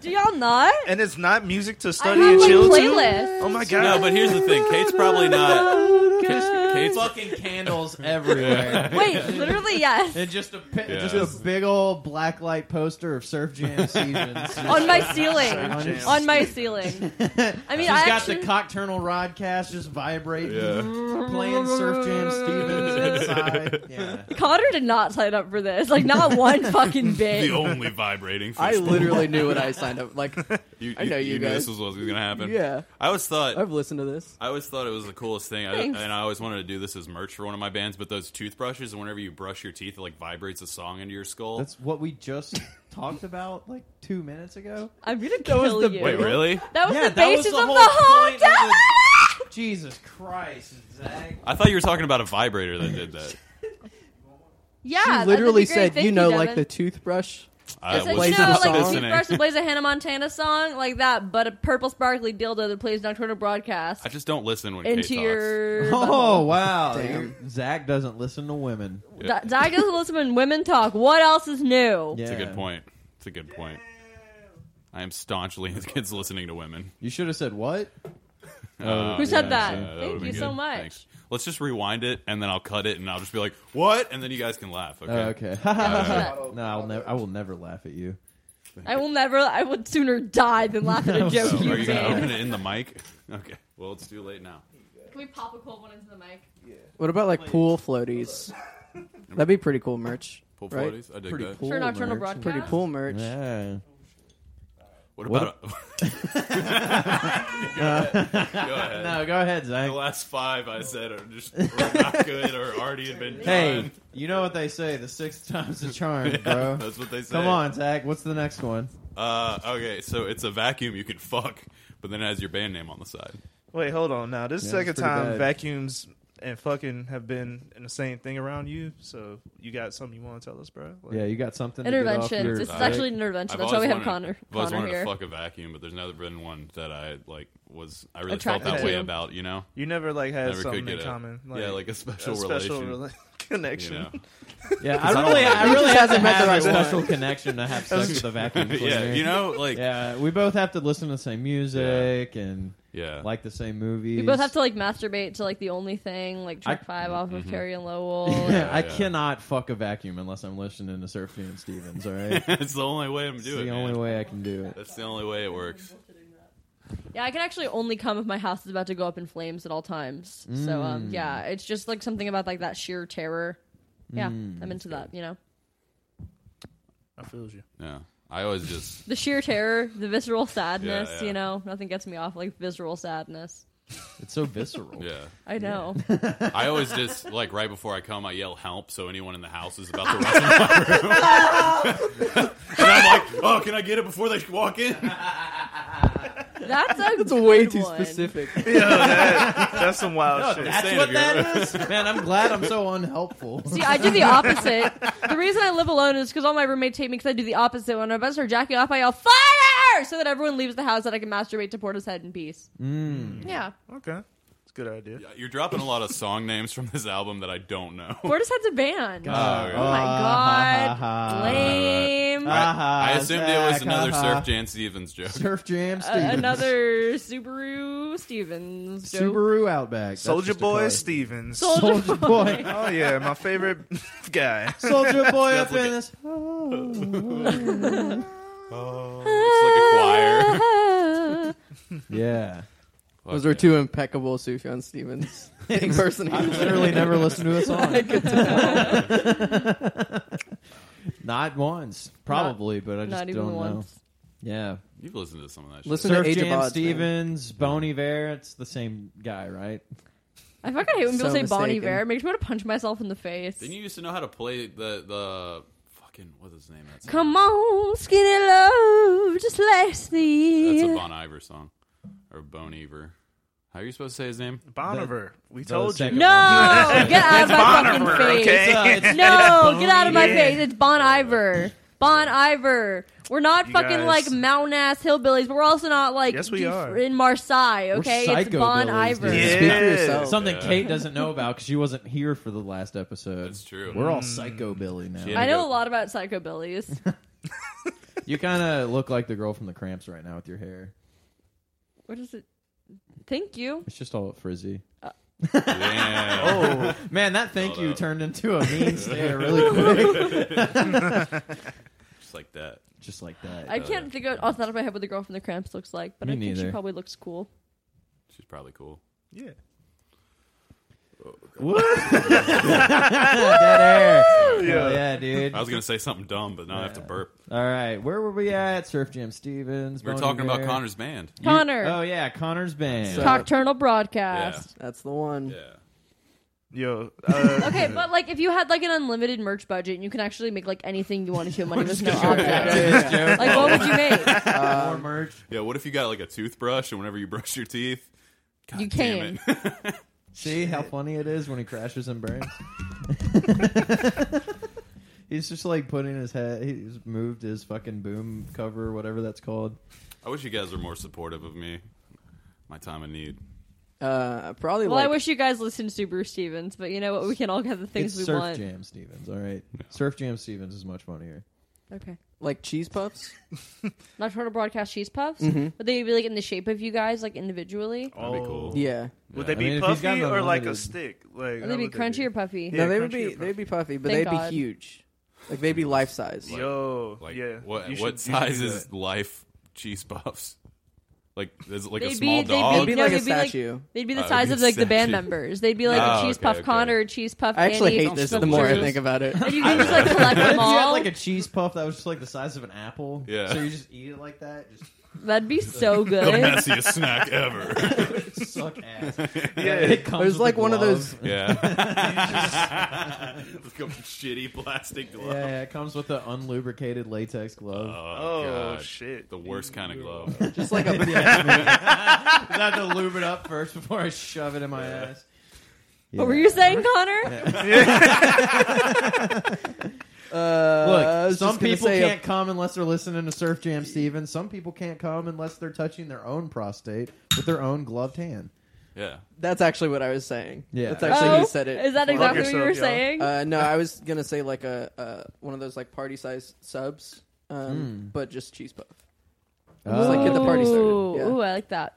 Do y'all not?
and it's not music to
I
study
have
and
like
chill to.
playlists.
Oh my god!
no, but here's the thing. Kate's probably not. Ka- Kate's
Fucking candles everywhere.
Wait, literally, yes.
And just a pi-
Yeah.
just a big old black light poster of Surf Jam seasons.
on my ceiling.
On your
on my ceiling. I mean,
She's
I
got
actually,
the cocturnal rodcast just vibrating,
Yeah.
playing Surf Jam Stevens inside. Yeah.
Cotter did not sign up for this. Like, not one fucking
the
bit.
only vibrating.
I
fishbowl.
literally knew what I signed up. Like,
You,
I know you
knew
guys.
this was what was going to happen.
yeah,
I always thought
I've listened to this.
I always thought it was the coolest thing, I,
Thanks.
and I always wanted to do this as merch for one of my bands. But those toothbrushes, whenever you brush your teeth, it like vibrates a song into your skull.
That's what we just talked about like two minutes ago.
I'm gonna kill
the-
you.
Wait, really?
That was
Yeah,
the
that was
basis
the
of
whole
the whole
point of
time.
Jesus Christ, Zach.
I thought you were talking about a vibrator that did that.
Yeah,
She
that'd be
literally
great.
said,
Thank
"You know, like the
Devin."
toothbrush."
I
I said,
was
you
plays
know,
the
not
like the
song.
toothbrush that
listening.
plays a Hannah Montana song like that, but a purple sparkly dildo that plays Nocturnal Broadcast
I just don't listen when
into
Kate
your.
Oh wow,
Damn.
You're- Zach doesn't listen to women.
talks. Yeah,
Di- Di doesn't listen when women talk. What else is new?
Yeah.
It's a good point. It's a good point. I am staunchly against listening to women.
You should have said what? Oh,
Uh,
Who said that?
yeah,
Thank
would've
you
been
so
good.
much.
Thanks. Let's just rewind it, and then I'll cut it, and I'll just be like, "What?" And then you guys can laugh. Okay.
Oh, okay.
Uh,
that.
no, I'll never. I will never laugh at you.
I will never. I would sooner die than laugh at a joke
So,
you
are you
made.
gonna open
Can
it in the mic? Okay. Well, it's too late now.
we pop a cold one into the mic?
What about like pool floaties? That'd be pretty cool merch.
Pull
right?
floaties. I dig
Pretty
that.
cool.
For Nocturnal
merch.
Broadcast?
Pretty cool merch.
Yeah.
What
What
about? go ahead. Go ahead.
No, go ahead, Zach.
The last five I said are just were not good or already had been done.
Hey, you know what they say? The sixth time's a charm, bro.
That's what they say.
Come on, Zach. What's the next one?
Uh, okay, so it's a vacuum you can fuck, but then it has your band name on the side.
Wait, hold on. Now this
Yeah,
second
that's pretty
time
bad.
vacuums and fucking have been in the same thing around you. So you got something you want to tell us, bro? Like,
Yeah, you got something. to get off
Intervention.
your
This is
dick?
actually an intervention. That's why we
always
have
wanted-
Connor.
I've always
Connor
wanted
here.
to fuck a vacuum, but there's never been one that I like was I really felt
Attracted
that way
to.
about. You know,
You never like had
never
something
could
in
get a
common. Like,
yeah, like a
a
special,
special
relation.
rela-
you
connection.
know?
Yeah,
I
I
don't
really,
like-
I really
just
have to
hasn't met the
have a
right one.
special connection to have sex with a vacuum cleaner.
yeah, you know, like yeah,
Yeah, we both have to listen to the same music and like the same movies.
We both have to like masturbate to like the only thing, like track
I-
five off
Mm-hmm.
of Carrie and
Yeah,
Lowell.
I
Yeah, yeah.
cannot fuck a vacuum unless I'm listening to Surf and Stevens. All right,
it's the only way I'm
it's
doing
the
it.
only
man.
way I can do it.
That's the only way it works.
yeah, I can actually only come if my house is about to go up in flames at all times. So um, yeah, it's just like something about like that sheer Mm. terror. Yeah, I'm into that. You know,
I feel you.
Yeah. I always just
The sheer terror, the visceral sadness,
yeah.
you know, nothing gets me off like visceral sadness.
It's so visceral.
yeah.
I know.
I always just like right before I come, I yell help so anyone in the house is about to rush in my room. and I'm like, oh, can I get it before they walk in?
That's a
That's
good
way too
one.
specific.
That's some wild shit.
That's
Saying
what
if you're-
that is. Man, I'm glad I'm so unhelpful.
See, I do the opposite. the reason I live alone is because all my roommates hate me because I do the opposite. When I'm about to start jacking off, I yell fire so that everyone leaves the house that I can masturbate to Porta's head in peace. Yeah,
Okay, it's a good idea.
You're dropping a lot of song names from this album that I don't know.
Porta's head's a band.
Oh,
Oh
God.
my
Ah.
god, lame.
I, I
Ah,
assumed it was
Zach,
another
ah.
Surf Jan Stevens joke.
Surf Jam
Uh,
Stevens.
another Subaru Stevens joke.
Subaru Outback. That's
Soldier
just a
Boy
car.
Stevens.
Soul-
Soldier Boy.
oh yeah, my favorite guy.
Soldier Boy up
That's like
in
a-
this.
Oh, it's like a choir.
Yeah.
Those are two impeccable Sufjan Stevens
I
impersonations.
literally never listened to a song. Not once, probably, but I just
Not even
don't know.
once.
Yeah,
You've listened to some of that shit.
Listen-
Surf
to Age of
Jam
Odds, man.
Stevens, Boney Vare. It's the same guy, right?
I fucking hate when people
So
say Bonnie
mistaken.
Bear. It makes me want to punch myself in the face.
Didn't you used to know how to play the the fucking what's his name? That's
Come on, skinny love, just last
that's
me.
a Bon Iver song or Bon Iver. How are you supposed to say his name?
Boniver. We
the
told you.
second-
no, get out of my
Boniver,
fucking face.
okay?
Uh, it's-
No, get out of my
Yeah.
face. It's Bon Iver. Bon Iver. We're not
You
fucking
guys-
like mountain ass hillbillies, but we're also not like
Yes, we
def-
are.
in Marseille, okay? It's
psychobillies,
Bon
dude.
Iver.
Speak for
Yeah.
yourself.
Something
Oh, Yeah.
Kate doesn't know about because she wasn't here for the last episode.
That's true. Mm.
We're all psychobilly now.
Yeah.
I know a lot about psychobillies.
You kind of look like the girl from the Cramps right now with your hair.
what is it? Thank you.
It's just all frizzy.
Damn.
Oh,
Man, that thank
Hold
you
up.
turned into a mean stare really quick.
Just like that.
just like that.
uh,
I can't think of off the top of my head what the girl from the Cramps looks like, but
Me
I think she
neither.
probably looks cool.
She's probably cool.
yeah.
Dead
Yeah.
air. Hell yeah, dude.
I was gonna say something dumb, but now I have to burp.
All right, where were we at? Surf Jam Stevens.
We were
Bon
talking about
Iver.
Connor's band.
Connor,
uh,
Oh yeah, Connor's band.
So-
Nocturnal Broadcast.
That's the one.
Yeah.
Yo. Uh,
Okay, but like if you had like an unlimited merch budget and you can actually make like anything you wanted to, money was no
Yeah,
object.
yeah, yeah.
Like oh. what would you make?
More merch.
Yeah. What if you got like a toothbrush and whenever you brush your teeth, God
You
damn it.
See how funny it is when he crashes and burns. He's just like putting his head. He's moved his fucking boom cover, whatever that's called.
I wish you guys were more supportive of me. My time of need.
Uh, probably
Well,
like
I wish you guys listened to Bruce Stevens, but you know what? We can all have the things
it's
we
Surf
want.
Jam Stevens. All right, Surf Jam Stevens is much funnier.
Okay.
like cheese puffs.
Nocturnal Broadcast cheese puffs? Would they be like in the shape of you guys, like
Oh,
individually?
That'd be cool.
Yeah.
Would they
I
be
mean, if he's
puffy
got the
or like a
limited-
stick? Like
Would they
how
be
would
crunchy or puffy?
Yeah,
no, they would
crunchy
be
or
they'd be puffy, but
Thank
they'd
God.
be huge. Like they'd be life size.
Yo,
Like
yeah.
what
you should-
what
you should do
size is
that.
life cheese puffs? Like is it like a
They'd be-
small
they'd be-
dog?
It'd be
No,
like a
they'd be like-
statue.
They'd be
Oh,
the
it'd
size
be
of like the band
statue.
members. They'd be like
Oh,
a cheese
okay,
puff
okay.
Connor, or cheese puff.
I actually
Annie,
hate this.
Smuckers.
The more I
Smuckers.
think about it, Uh,
And you can just like collect
What if
them
you had
all.
like a cheese puff that was just like the size of an apple?
Yeah.
So you just eat it like that, just
That'd be so
the
good.
messiest snack ever.
suck ass.
Yeah,
It comes
it was
with
like
a
one of
glove.
those.
Yeah. Look up shitty plastic glove.
Yeah, yeah, it comes with an unlubricated latex glove.
Oh,
Oh
God.
shit.
The worst kind of glove.
just like a yeah, I have to lube it up first before I shove it in my ass.
What were you saying, Connor?
Uh, I
Look,
was
some
just gonna
people
say a-
can't come unless they're listening to Surf Jam Stevens. Some people can't come unless they're touching their own prostate with their own gloved hand.
Yeah.
that's actually what I was saying.
Yeah.
that's actually
Oh,
who said it.
Is that exactly what you
yourself,
were
y'all.
saying?
Uh, no, I was gonna say like a uh, one of those like party size subs, um, but just cheese puff. Just like
Oh.
get the party started.
Ooh,
Yeah.
ooh, I like that.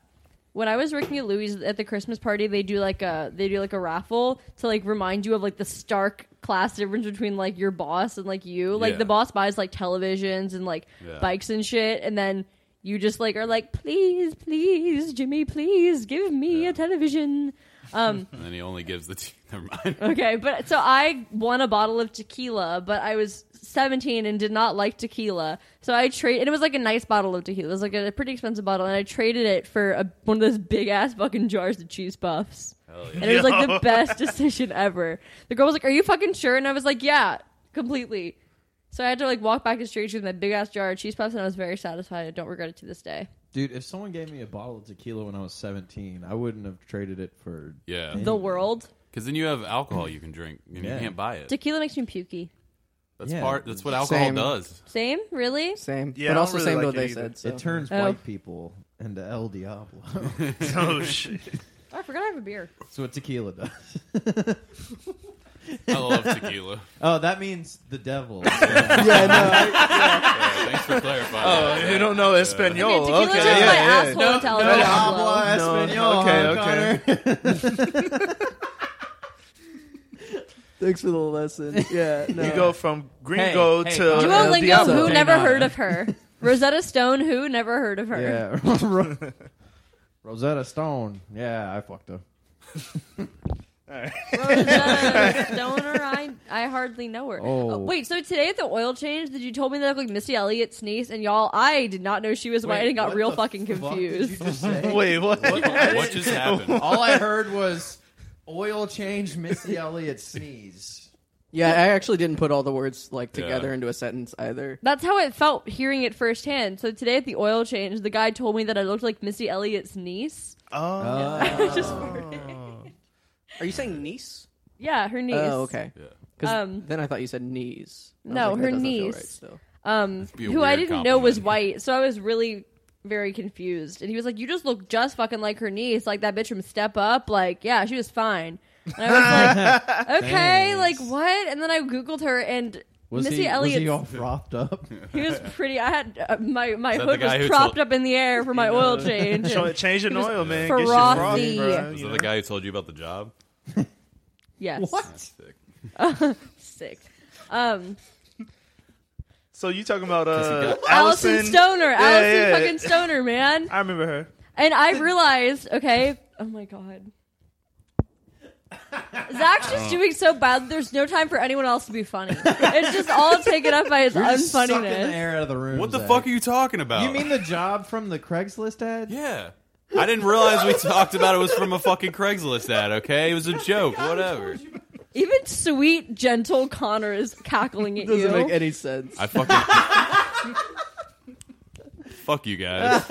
When I was working at Louis at the Christmas party, they do like a they do like a raffle to like remind you of like the stark class difference between like your boss and like you. Like
Yeah.
the boss buys like televisions and like
Yeah.
bikes and shit, and then you just like are like, please, please, Jimmy, please give me
Yeah.
a television. Um,
And then he only gives the. T- Never mind.
okay, but so I won a bottle of tequila, but I was 17 and did not like tequila. So I trade, and it was like a nice bottle of tequila. It was like a, pretty expensive bottle, and I traded it for a, one of those big ass fucking jars of cheese puffs.
Hell yeah.
And it was like the
Yo.
best decision ever. The girl was like, "Are you fucking sure?" And I was like, "Yeah, completely." So I had to like walk back the street with my big ass jar of cheese puffs, and I was very satisfied. I don't regret it to this day.
Dude, if someone gave me a bottle of tequila when I was 17, I wouldn't have traded it for.
Yeah,
Thank
The world
because then you have alcohol you can drink and
Yeah.
you can't buy it.
tequila makes me pukey.
That's
Yeah.
part. That's what alcohol
Same.
does.
Same, really?
Same.
Yeah, I
but
don't
also
really
same to
like
what
it
they
either.
said. So.
It turns
Oh.
white people into El Diablo.
oh shit!
Oh, I forgot I have a beer.
That's what tequila does.
I love tequila.
Oh, that means the devil.
yeah, no,
Yeah, thanks for clarifying. Oh,
You don't know Espanol.
Okay, tequila
Oh, okay,
just
yeah,
my
yeah.
asshole no,
El Diablo
No,
Espanol.
okay,
huh,
thanks for the lesson. Yeah, no.
You go from gringo
Hey, hey,
to
Duolingo,
El
Duolingo,
Diablo.
who
Hang
never
on.
heard of her? Rosetta Stone, who never heard of her?
Connor? Yeah. Ro- Rosetta Stone. Yeah, I fucked her.
Rosetta Stoner, I, I hardly know her. Uh,
Oh.
wait, so today at the oil change, did you told me that I looked like Missy Elliott sneeze, and y'all, I did not know she was white and got real fucking confused.
Wait, what?
What just happened?
All I heard was oil change Missy Elliott sneeze.
yeah, I actually didn't put all the words like
Yeah.
together into a sentence either.
That's how it felt hearing it firsthand. So today at the oil change, the guy told me that I looked like Missy Elliott's niece.
Oh,
I was just farted.
Are you saying niece?
yeah, her niece.
Oh, okay.
Yeah.
'Cause
Um,
then I thought you said knees. I was
no,
like, that
her
doesn't feel
niece.
Right, still.
um,
be a
who I
weird
didn't know was
compliment.
white, so I was really very confused. And he was like, "You just look just fucking like her niece, like that bitch from Step Up." Like, yeah, she was fine. And I was like, "Okay, like
Thanks.
what?" And then I googled her, and
Was
Missy
he, was
Elliott.
he all frothed up?
he, was pretty. I had uh, my my
Is that
hood
the guy
was
who
propped
told-
up in the air for my oil change.
Show- change an
He was
oil, man. Get your frothy,
frothy.
bro.
Is
you
that
know?
the guy who told you about the job?
yes,
What?
Sick.
sick. Um,
So you talking about uh,
Allison, Stoner,
Yeah,
Allison
yeah.
fucking Stoner, man.
I remember her.
And I realized, okay, oh my god. Zach's
Uh-huh.
just doing so bad. that There's no time for anyone else to be funny. It's just all taken up by his
You're just sucking the
unfunniness.
air out of the room.
What the
Zach.
fuck are you talking about?
You mean the job from the Craigslist ad?
Yeah. I didn't realize we talked about it was from a fucking Craigslist ad, okay? It was a joke, whatever.
Even sweet, gentle Connor is cackling at
Doesn't
you.
make any sense.
I fucking. Fuck you guys.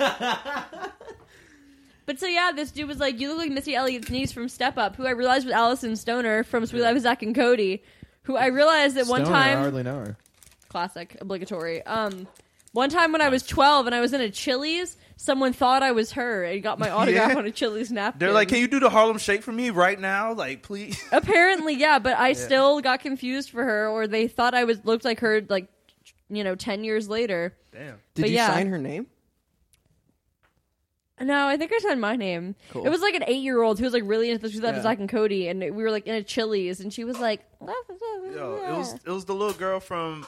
but so yeah, this dude was like, "You look like Missy Elliott's niece from Step Up," who I realized was Allison Stoner from Sweet Life of Zach and Cody. Who I realized that one
Stoner, I
time,
hardly know her.
classic, obligatory. Um, one time when I was 12 and I was in a Chili's, someone thought I was her and got my autograph
Yeah.
on a Chili's napkin.
They're like, can you do the Harlem Shake for me right now? Like, please.
Apparently, yeah, but I still got confused for her, or they thought I was looked like her, like you know, ten years later.
Damn.
Did
But
you
yeah.
sign her name?
No, I think I said my name.
Cool.
It was like an eight-year-old who was like really into the yeah.
Yeah.
Zach and Cody, and we were like in a Chili's, and she was like,
Yo, it was it was the little girl from.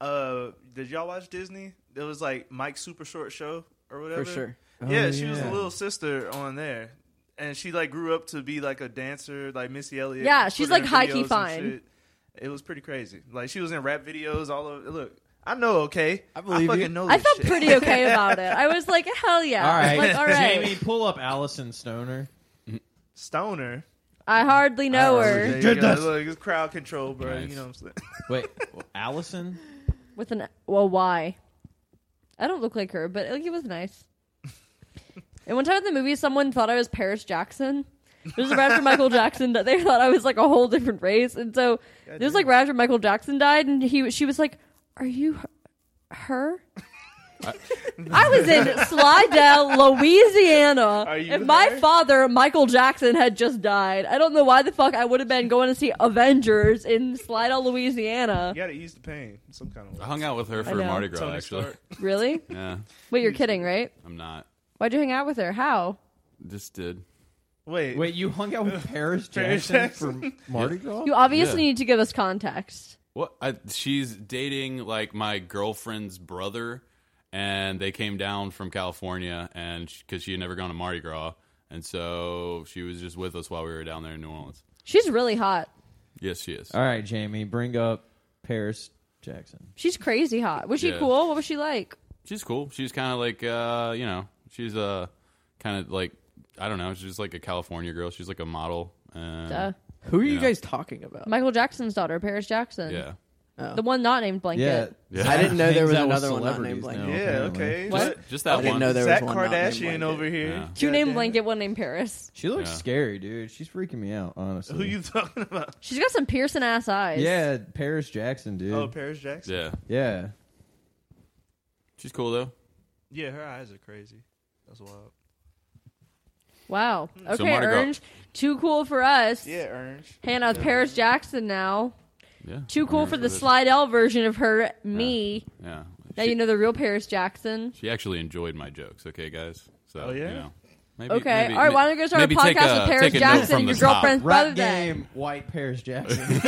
uh Did y'all watch Disney? It was like Mike's super short show or whatever.
For sure.
Yeah,
Oh,
she was a
yeah.
little sister on there, and she like grew up to be like a dancer, like Missy Elliott.
Yeah,
Put
she's,
her in
like, high-key
videos and
fine.
shit. It was pretty crazy. Like she was in rap videos all over. Look, I know. Okay, I
believe you.
fucking Know
I
this
felt
shit.
pretty okay about it. I was like, hell yeah!
All right.
Uh, like, all right.
Jamie, pull up Allison Stoner.
Stoner.
I hardly know
All right.
her
There you
Did
go.
this.
Look, it's crowd control, bro.
Nice.
You know what I'm saying?
Wait, Allison?
with an well, why? I don't look like her, but like it was nice. and one time at the movie, someone thought I was Paris Jackson. It was right after Michael Jackson. died. They thought I was like a whole different race, and so
God
this was like right after Michael Jackson died, and he she was like, "Are you her?" her?" I was in Slidell, Louisiana,
Are you
and my
her?
father, Michael Jackson, had just died. I don't know why the fuck I would have been going to see Avengers in Slidell, Louisiana.
You gotta ease the pain in some kind of way.
I hung out with her
I
for
know.
Mardi Gras,
Tony
actually.
Stark.
Really?
Yeah,
Wait, you're kidding, right?
I'm not.
Why'd you hang out with her? How?
Just did.
Wait,
Wait, you hung out with Paris
Paris
Jackson, for Mardi Gras?
You obviously
Yeah.
need to give us context.
What? I, she's dating like my girlfriend's brother, and they came down from California, and because she had never gone to Mardi Gras, And so she was just with us while we were down there in New Orleans.
She's really hot.
Yes, she is.
All right, Jamie, bring up Paris Jackson.
She's crazy hot. Was she
Yeah.
cool? What was she like?
She's cool. She's kind of like, uh, you know, she's uh, kind of like, I don't know, she's just like a California girl. She's like a model. Uh,
Duh.
Who are you
Yeah.
guys talking about?
Michael Jackson's daughter, Paris Jackson.
Yeah.
Oh.
The one not named Blanket.
Yeah,
Yeah.
I didn't know there
Hangs
was
out with
another one not named
celebrities
Blanket.
now,
Yeah,
apparently.
okay.
What?
Just
I
that
didn't
one.
know there
Zach
was one not named
Kardashian
Blanket.
over here.
Yeah.
Two
God
named
damn
Blanket,
it.
one named Paris.
She looks
Yeah.
scary, dude. She's freaking me out, honestly.
Who you talking about?
She's got some piercing ass eyes.
Yeah, Paris Jackson, dude.
Oh, Paris Jackson.
Yeah.
yeah.
She's cool, though.
Yeah. her eyes are crazy. That's wild.
Wow. Okay,
Mardi Gras-
Orange. Too cool for us.
Yeah, Ernst.
Hannah with Paris Jackson now.
Yeah.
Too cool
Yeah,
for the
this-
Slidell version of her, me.
Yeah.
Now
She-
you know the real Paris Jackson.
She actually enjoyed my jokes, okay, guys? So,
Oh, yeah?
you know, maybe,
Okay.
maybe-
All right, why don't we go start a
maybe take
podcast with Paris
take a note
Jackson
from
and
the
your girlfriend's
top.
brother
Rap
then?
game, white Paris Jackson.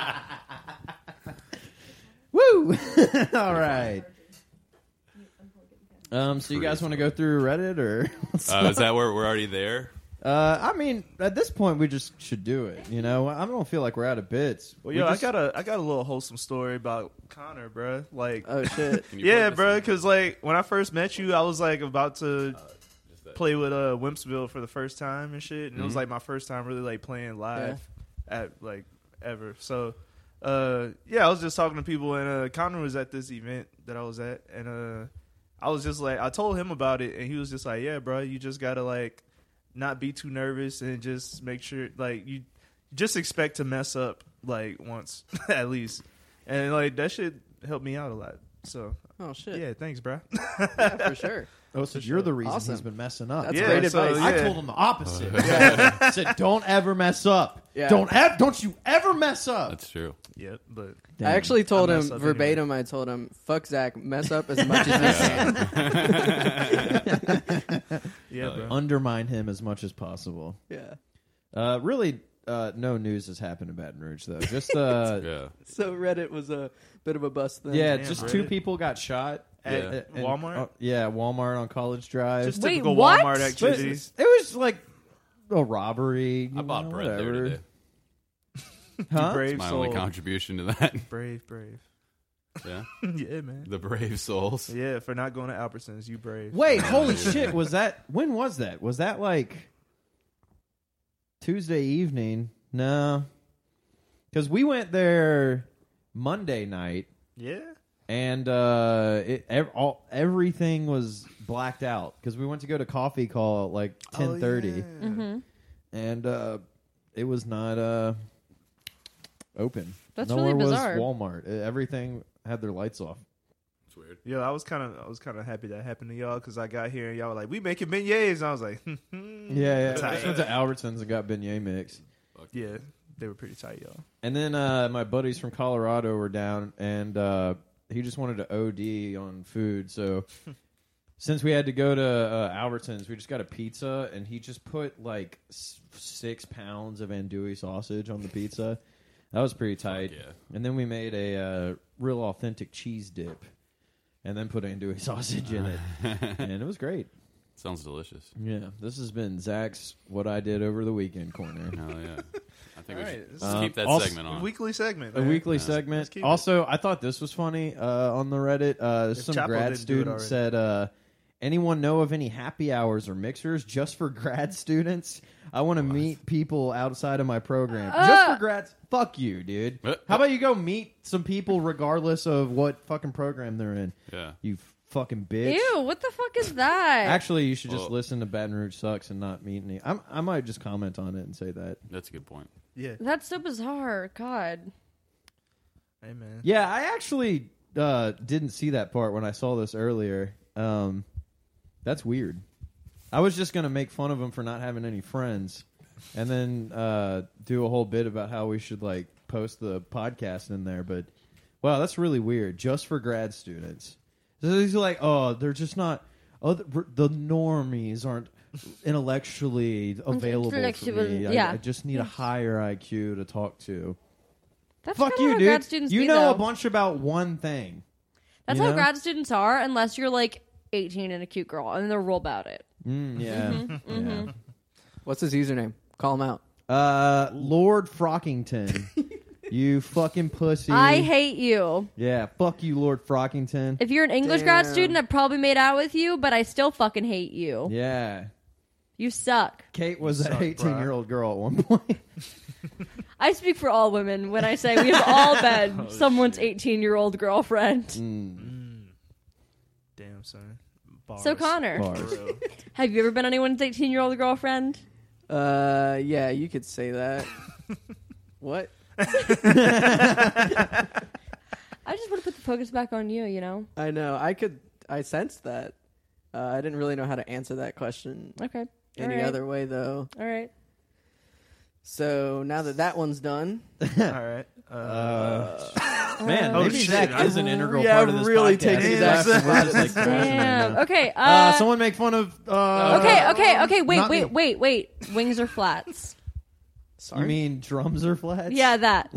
Woo! All right. Um, so you guys want to go through Reddit or?
Uh, is that where we're already there?
Uh, I mean, at this point, we just should do it. You know, I don't feel like we're out of bits.
Well,
We
yo,
just-
I got a I got a little wholesome story about Connor, bruh. Like,
Oh shit!
Can you
yeah,
plug this
bruh, because like when I first met you, I was like about to play with uh Wimpsville for the first time and shit, and it was like my first time really like playing live at like ever. So, uh, yeah, I was just talking to people, and uh, Connor was at this event that I was at, and uh, I was just like, I told him about it, and he was just like, yeah, bro, you just gotta like not be too nervous and just make sure like you just expect to mess up like once at least, and like that shit helped me out a lot. So
Oh shit!
yeah, thanks, bro.
Yeah, for sure.
Oh, so you're the reason he's
Awesome.
been messing up.
That's
Yeah,
great
so,
advice.
I
yeah.
told him the opposite. I said, "Don't ever mess up.
Yeah.
Don't ever. Don't you ever mess up."
That's true.
yep, but
Damn.
I actually told
I
him
mess up anyway.
verbatim. I told him, "Fuck Zach, mess up as much as you can."
yeah, bro.
undermine him as much as possible.
Yeah,
Uh, really, uh, no news has happened in Baton Rouge though. Just uh,
Yeah.
so Reddit was a bit of a bust then.
yeah,
Damn,
just
bro.
two people got shot
At Walmart?
oh, yeah, Walmart on College Drive.
Just
Wait,
typical
what?
Walmart
But
activity.
it was like a robbery.
I
you
bought
know,
bread
whatever.
there today.
Huh?
Brave
My
soul.
only contribution to that.
brave, brave.
Yeah.
yeah, man.
The brave souls.
Yeah, for not going to Albertsons, you brave.
Wait, holy shit! Was that when was that? Was that like Tuesday evening? No, because we went there Monday night,
Yeah.
and uh, it, ev- all, everything was blacked out because we went to go to coffee call at like ten thirty,
Oh, yeah.
Mm-hmm.
and uh, it was not uh, open.
That's
Nowhere
really
was
bizarre.
Walmart. Uh, Everything had their lights off.
It's weird.
Yo, I was kind of, I was kind of happy that happened to y'all because I got here and y'all were like, "We making beignets," and I was like,
Mm.
"Hmm."
Yeah, yeah.
Tight.
I just went to Albertsons and got beignet mix.
"Yeah, they were pretty tight, y'all."
And then uh, my buddies from Colorado were down, and uh, he just wanted to OD on food. So since we had to go to uh, Albertsons, we just got a pizza, and he just put like s- six pounds of andouille sausage on the pizza. That was pretty tight.
yeah.
And then we made a uh, real authentic cheese dip, and then put andouille sausage in it, and it was great.
Sounds delicious.
Yeah, this has been Zach's what I did over the weekend corner.
Hell yeah. I think we
All
should
right,
just keep that
also-
segment on.
Weekly segment.
a
man.
weekly segment.
keep it.
Also, I thought this was funny uh, on the Reddit. Uh, some
Chapo didn't
grad
do it
student
already.
said, uh, "Anyone know of any happy hours or mixers just for grad students? I want to meet people outside of my program just for grads. Fuck you, dude.
Uh,
How about you go meet some people regardless of what fucking program they're in?
yeah.
You fucking bitch.
Ew, what the fuck is that?
Actually, you should just
Well-
listen to Baton Rouge sucks and not meet any. I'm, I might just comment on it and say that.
That's a good point.
Yeah.
That's so bizarre. God.
Hey, man.
Yeah, I actually uh, didn't see that part when I saw this earlier. Um, that's weird. I was just gonna make fun of him for not having any friends, and then uh, do a whole bit about how we should like post the podcast in there. But wow, that's really weird. Just for grad students, so he's like, oh, they're just not. Oh, the, the normies aren't intellectually available for
Intellectual,
me. I-
yeah.
I just need a higher IQ to talk to.
That's
Fuck
kinda
you,
how
dude.
grad students
you
be,
know a
though.
bunch about one thing.
That's
you
how
know?
grad students are, unless you're like 18 and a cute girl, and they're real about it.
Mm, yeah.
Mm-hmm,
yeah.
What's his username? Call him out.
Uh, Lord Frockington. you fucking pussy.
I hate you.
Yeah, fuck you, Lord Frockington.
If you're an English grad
Damn.
student, I probably made out with you, but I still fucking hate you.
Yeah.
You suck.
Kate was
suck,
an
bruh.
18 year old girl at one point.
I speak for all women when I say we have all been
Oh,
someone's
shit.
18 year old girlfriend.
Mm,
Damn son.
So,
Oh,
Bars.
Connor,
For
bars.
real.
have you ever been anyone's 18 year old girlfriend?
Uh, yeah, you could say that. what?
I just want to put the focus back on you, you know?
I know. I could. I sensed that. Uh, I didn't really know how to answer that question
Okay.
any
Alright.
other way though.
All right.
So now that that one's done,
All right. Uh,
Man,
Oh,
uh, maybe
shit,
Zach
I-
is an integral
yeah,
part of this
really
podcast.
taking
He's
Zach's
laughing. We're just, like, trashing him
Damn.
now.
Okay. Uh,
Uh, someone make fun of. Uh,
okay, okay, okay. Wait,
not
wait,
me.
wait, wait. Wings or flats?
sorry.
You mean drums are flats?
yeah, that.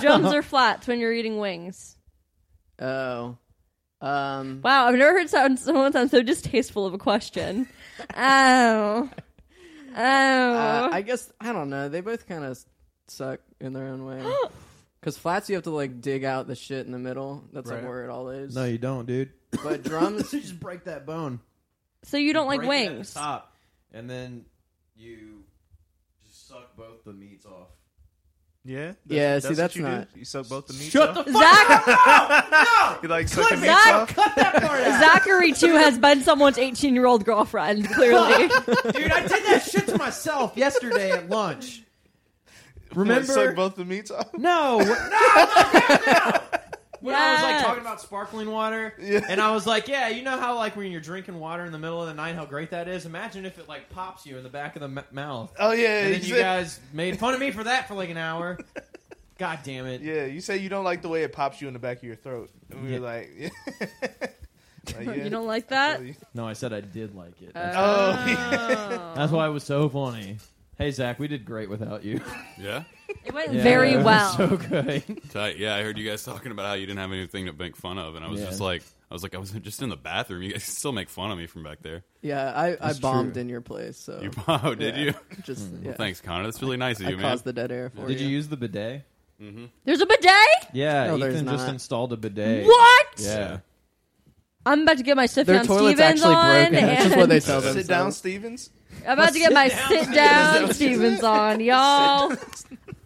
Drums are flats when you're eating wings.
oh, um,
Wow, I've never heard sound, someone sound so distasteful of a question. oh. Oh.
uh, I guess I don't know. They both kind of suck in their own way.
Oh.
Because flats, you have to like dig out the shit in the middle. That's like
Right.
where it all is.
No, you don't, dude.
but drums,
Um, just break that bone.
so you don't like
break it at the
wings?
top, and then you just suck both the meats off.
yeah. That's,
Yeah, see,
what
that's
you do?
not-
You suck both the meats.
Shut
off?
the
Zach,
You like suck the meats
Zach!
off?
Zachary too has been someone's 18 year old girlfriend. Clearly,
dude! I did that shit to myself yesterday at lunch.
You like
Remember?
suck both the meats off.
no, no. When I was like
Yes.
talking about sparkling water, and I was like, "Yeah, you know how like when you're drinking water in the middle of the night, how great that is. Imagine if it like pops you in the back of the m- mouth."
Oh yeah.
And then
you
you
said-
guys made fun of me for that for like an hour. God damn it!
Yeah, you say you don't like the way it pops you in the back of your throat, and we
Yeah.
were like, yeah. Like, yeah,
you don't like that.
really.
No, I said I did like it.
Uh,
That's,
Oh,
that's why it was so funny. Hey Zach, we did great without you.
Yeah,
It went very
it was
well.
So good.
tight. Yeah, I heard you guys talking about how you didn't have anything to make fun of, and I was
Yeah.
just like, I was like, I was just in the bathroom. You guys still make fun of me from back there.
yeah, I, I
That's
bombed
true.
in your place. So
You oh, did
yeah,
you?
Just yeah.
Thanks, Connor. That's really nice of
I
you, man.
caused the dead air for
Did you use the bidet?
There's a bidet.
Yeah,
No, there's
Ethan just
not.
installed a bidet.
What?
Yeah.
I'm about to get my sit
Their
down
toilet's
Stevens
actually
on.
broken. That's just what they
and
tell them.
sit down, Stevens.
I'm about to get my sit down Stevens on, y'all.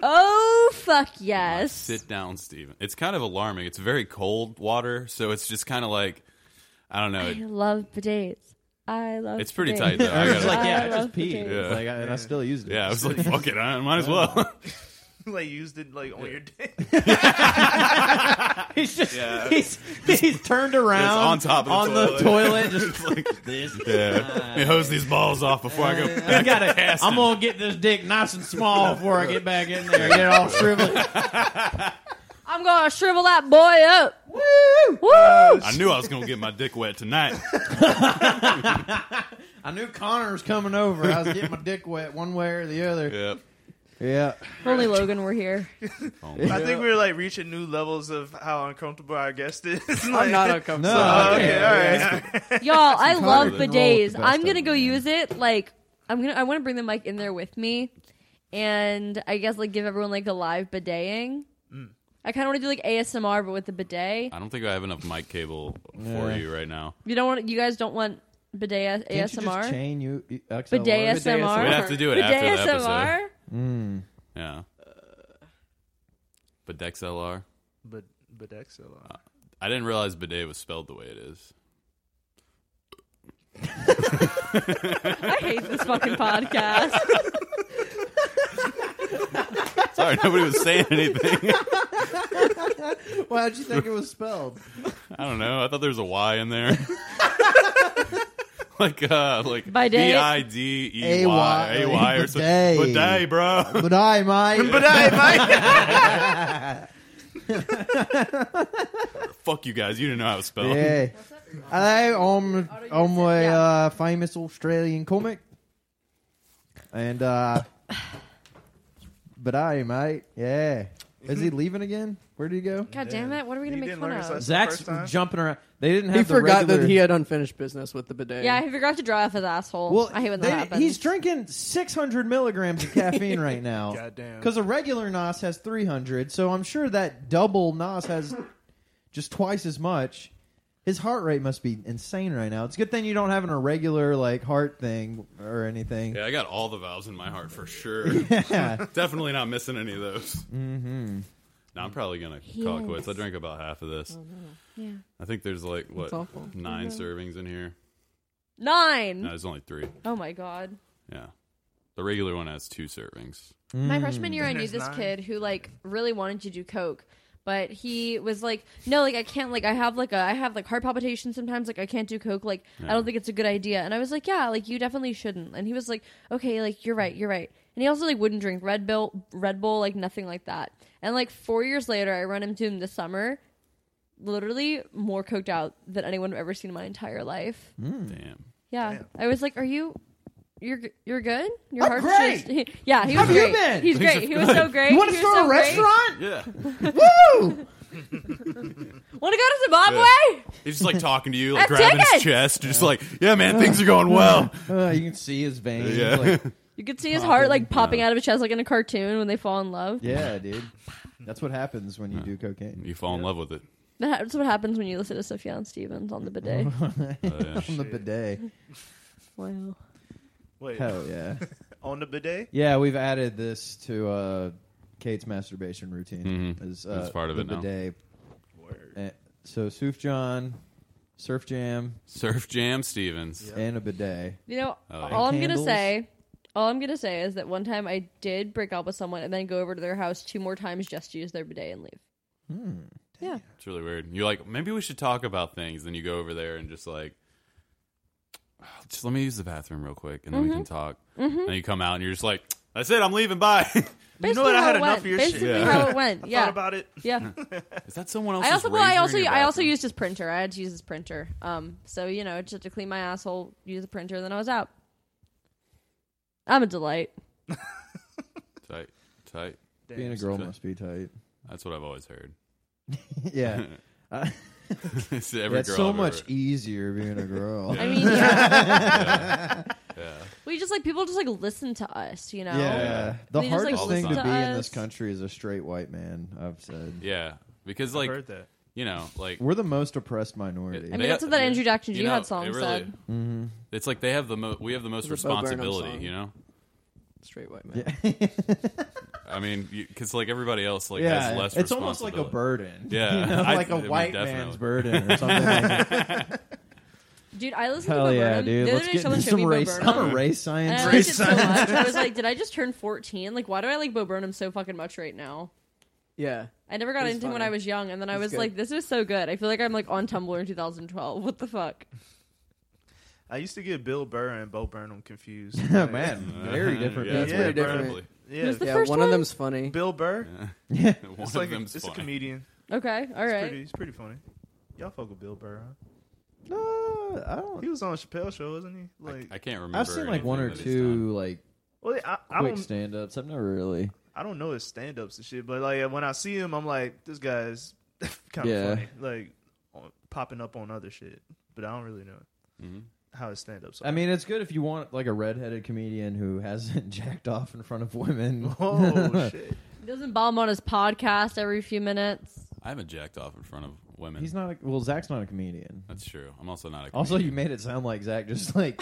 Oh fuck yes.
Sit down, Steven. It's kind of alarming. It's very cold water, so it's just kind of like, I don't know.
I
It,
love bidets. I love.
it's pretty
bidets.
tight though.
I
I
was like,
gotta,
yeah,
I
I
love
just peed.
potatoes.
Yeah.
Like, I, and I still used it.
yeah, I was like, fuck it, I might as well.
like used it like on your dick.
he's just
Yeah.
he's he's turned around
on top of the
on the toilet. Just
Like,
this.
yeah, Hey, hose these balls off before I go.
I gotta, I'm gonna get this dick nice and small before I get back in there. Get all shriveled.
I'm gonna shrivel that boy up. Woo! Woo!
I knew I was gonna get my dick wet tonight.
I knew Connor was coming over. I was getting my dick wet one way or the other.
Yep.
Yeah.
If Only Logan were here.
Oh, my-
I think we were like reaching new levels of how uncomfortable our guest is.
I'm
Like-
not uncomfortable.
No.
Oh, okay,
Yeah,
all
yeah.
right. all right.
Y'all, I love
Connor. Roll with
bidets.
the best
I'm
of
gonna go
them, man.
use it. Like, I'm gonna. I want to bring the mic in there with me, and I guess like give everyone like a live bideting.
Mm.
I kind of want to do like ASMR, but with the bidet.
I don't think I have enough mic cable for
Yeah.
you right now.
You don't want. You guys don't want bidet
Can't you just
ASMR.
chain you XLR?
Bidet ASMR.
We'd have to do it
Bidet
after the
ASMR?
Mm.
Yeah. But DexLR.
But but XLR.
I didn't realize bidet was spelled the way it is.
I hate this fucking podcast.
Sorry, nobody was saying anything.
Why did you think it was spelled?
I don't know. I thought there was a Y in there. like uh like
Bidet?
B I D E Y A Y or something.
Bidet.
Bidet, bro.
But I, might.
But I might.
Fuck you guys, you didn't know how it was spelled.
Yeah. Hello, I'm
Auto
I'm
user,
a
yeah.
uh, famous Australian comic, and uh, but I mate, yeah. Is he leaving again? Where did he go?
God damn it! What are we gonna
He
make
didn't
fun
learn his
of?
lesson.
Zach's
first time?
jumping around. They didn't have
He
the
forgot
regular...
that he had unfinished business with the bidet.
Yeah, he forgot to dry off his asshole.
Well,
I hate when
they-
that happens.
he's drinking 600 milligrams of caffeine right now.
Goddamn.
Because a regular Nos has 300, so I'm sure that double Nos has just twice as much. His heart rate must be insane right now. It's a good thing you don't have an irregular like heart thing or anything.
Yeah, I got all the valves in my heart for sure.
Yeah.
Definitely not missing any of those. Mm-hmm. Now I'm probably gonna call it quits. I
Yes. Oh,
drank about half of this.
yeah. Mm-hmm.
I think there's like what
That's awful.
nine servings in here.
Nine.
No, there's only three.
Oh my god.
Yeah, the regular one has two servings.
My freshman year, I knew
There's
this
nine.
kid who like really wanted to do coke, but he was like, "No, like I can't. Like I have like a I have like heart palpitations sometimes. Like I can't do coke. Like I
Yeah.
don't think it's a good idea." And I was like, "Yeah, like you definitely shouldn't." And he was like, "Okay, like you're right, you're right." And he also like wouldn't drink Red Bull, Red Bull, like nothing like that. And like four years later, I run into him this summer, literally more coked out than anyone I've ever seen in my entire life.
Damn.
Yeah,
Damn.
I was like, "Are you?" You're g- you're good. Your
I'm
heart's
great.
just- yeah, he was
Have you
great.
been?
He's
Things
great.
are
He was
good.
so great.
You want to
He was
start
so
a
great.
restaurant?
Yeah,
Woo!
Want to go to Zimbabwe?
he's just like talking to you, like
I
grabbing
dig
his
it.
chest, just like, yeah, man, things are going well.
Uh, you can see his veins.
Yeah.
Like,
You could see his heart like popping out of his chest like in a cartoon when they fall in love.
yeah, dude. That's what happens when you do cocaine.
You fall in love with it.
That- That's what happens when you listen to Sufjan Stevens on the bidet.
Oh, yeah.
On the bidet.
wow.
Wait,
Hell yeah.
on the bidet?
Yeah, we've added this to uh, Kate's masturbation routine.
Mhm.
As, uh,
It's part of
the
it now.
bidet.
Word.
Eh, So Sufjan, Surf Jam,
Surf Jam Stevens.
and a bidet.
You know,
I like
all I'm
Oh, candles.
gonna say, all I'm gonna say is that one time I did break up with someone and then go over to their house two more times just to use their bidet and leave. Yeah.
It's really weird. You're like, maybe we should talk about things. Then you go over there and just like, "Oh, just let me use the bathroom real quick, and then we can
Mm-hmm.
talk. And you come out and you're just like, that's it. I'm leaving. Bye.
Basically
You know what? I
how
had
it
enough
went.
of your shit.
Basically
Yeah.
how it went.
I
Yeah.
thought about it.
yeah.
Is that someone else?
I also well, I also I also used his printer. I had to use his printer. Um, so you know, just to clean my asshole, use the printer, then I was out. I'm a delight.
tight, tight.
Being
Damn.
a girl
Sufjan.
must be tight.
That's what I've always heard.
yeah. Uh,
it's every
That's
girl
so
I've
much
ever-
easier being a girl.
I mean, yeah.
Yeah.
we just like people just like listen to us, you know.
yeah. The
They just, like,
hardest thing to
listen
be
to
in
us.
this country is a straight white man, I've said.
yeah, because
I
like
heard that.
you know, like
We're the most oppressed minority.
I mean,
They-
that's what that Andrew Jackson
you
Jihad
know,
song
it really-
said.
Mm-hmm.
It's like they have the mo- we have the most
It's a Bo Burnham
responsibility.
song.
You know,
Straight white man.
I mean, because like everybody else like
yeah.
has less.
it's almost like a
responsibility.
burden.
Yeah.
You know,
I-
like
I
a
mean,
white
definitely.
man's burden or something like that.
Dude, I listened
Hell
to Bo
yeah,
Burnham.
dude.
The
Let's
other day,
get
someone
into
showed me
some
Bo
race.
Burnham.
I'm a race
And I
scientist.
liked it so much. I was like, did I just turn 14? Like, why do I like Bo Burnham so fucking much right now?
Yeah.
I never got
It's
into him when
funny.
I was young, and then I
It's
was
good.
like, this is so good. I feel like I'm like on Tumblr in 2012. What the fuck?
I used to get Bill Burr and Bo Burnham confused. Like,
Oh, Man, very different.
Uh-huh. Yeah,
That's
it's
pretty
bro.
different.
probably.
Yeah,
The
yeah,
first
one
one?
of them's funny.
Bill Burr.
One
It's
of
like
them's
it's a
funny.
comedian.
Okay, all
It's
right.
pretty. It's pretty funny. Y'all fuck with Bill Burr. Huh?
No, Uh, I don't.
He was on Chappelle show, wasn't he? Like,
I can't remember.
I've seen like one or
anything that he's done.
two like
well, I, I
quick
don't.
stand ups. I've never really.
I don't know his stand ups and shit, but like when I see him, I'm like, this guy's kind of
Yeah.
funny. Like on, popping up on other shit, but I don't really know how his stand ups.
I mean, it's good if you want like a redheaded comedian who hasn't jacked off in front of women.
oh shit.
Doesn't bomb on his podcast every few minutes.
I haven't jacked off in front of women.
He's not. A, well, Zach's not a comedian.
That's true. I'm also not a.
Also, you
comedian.
made it sound like Zach just like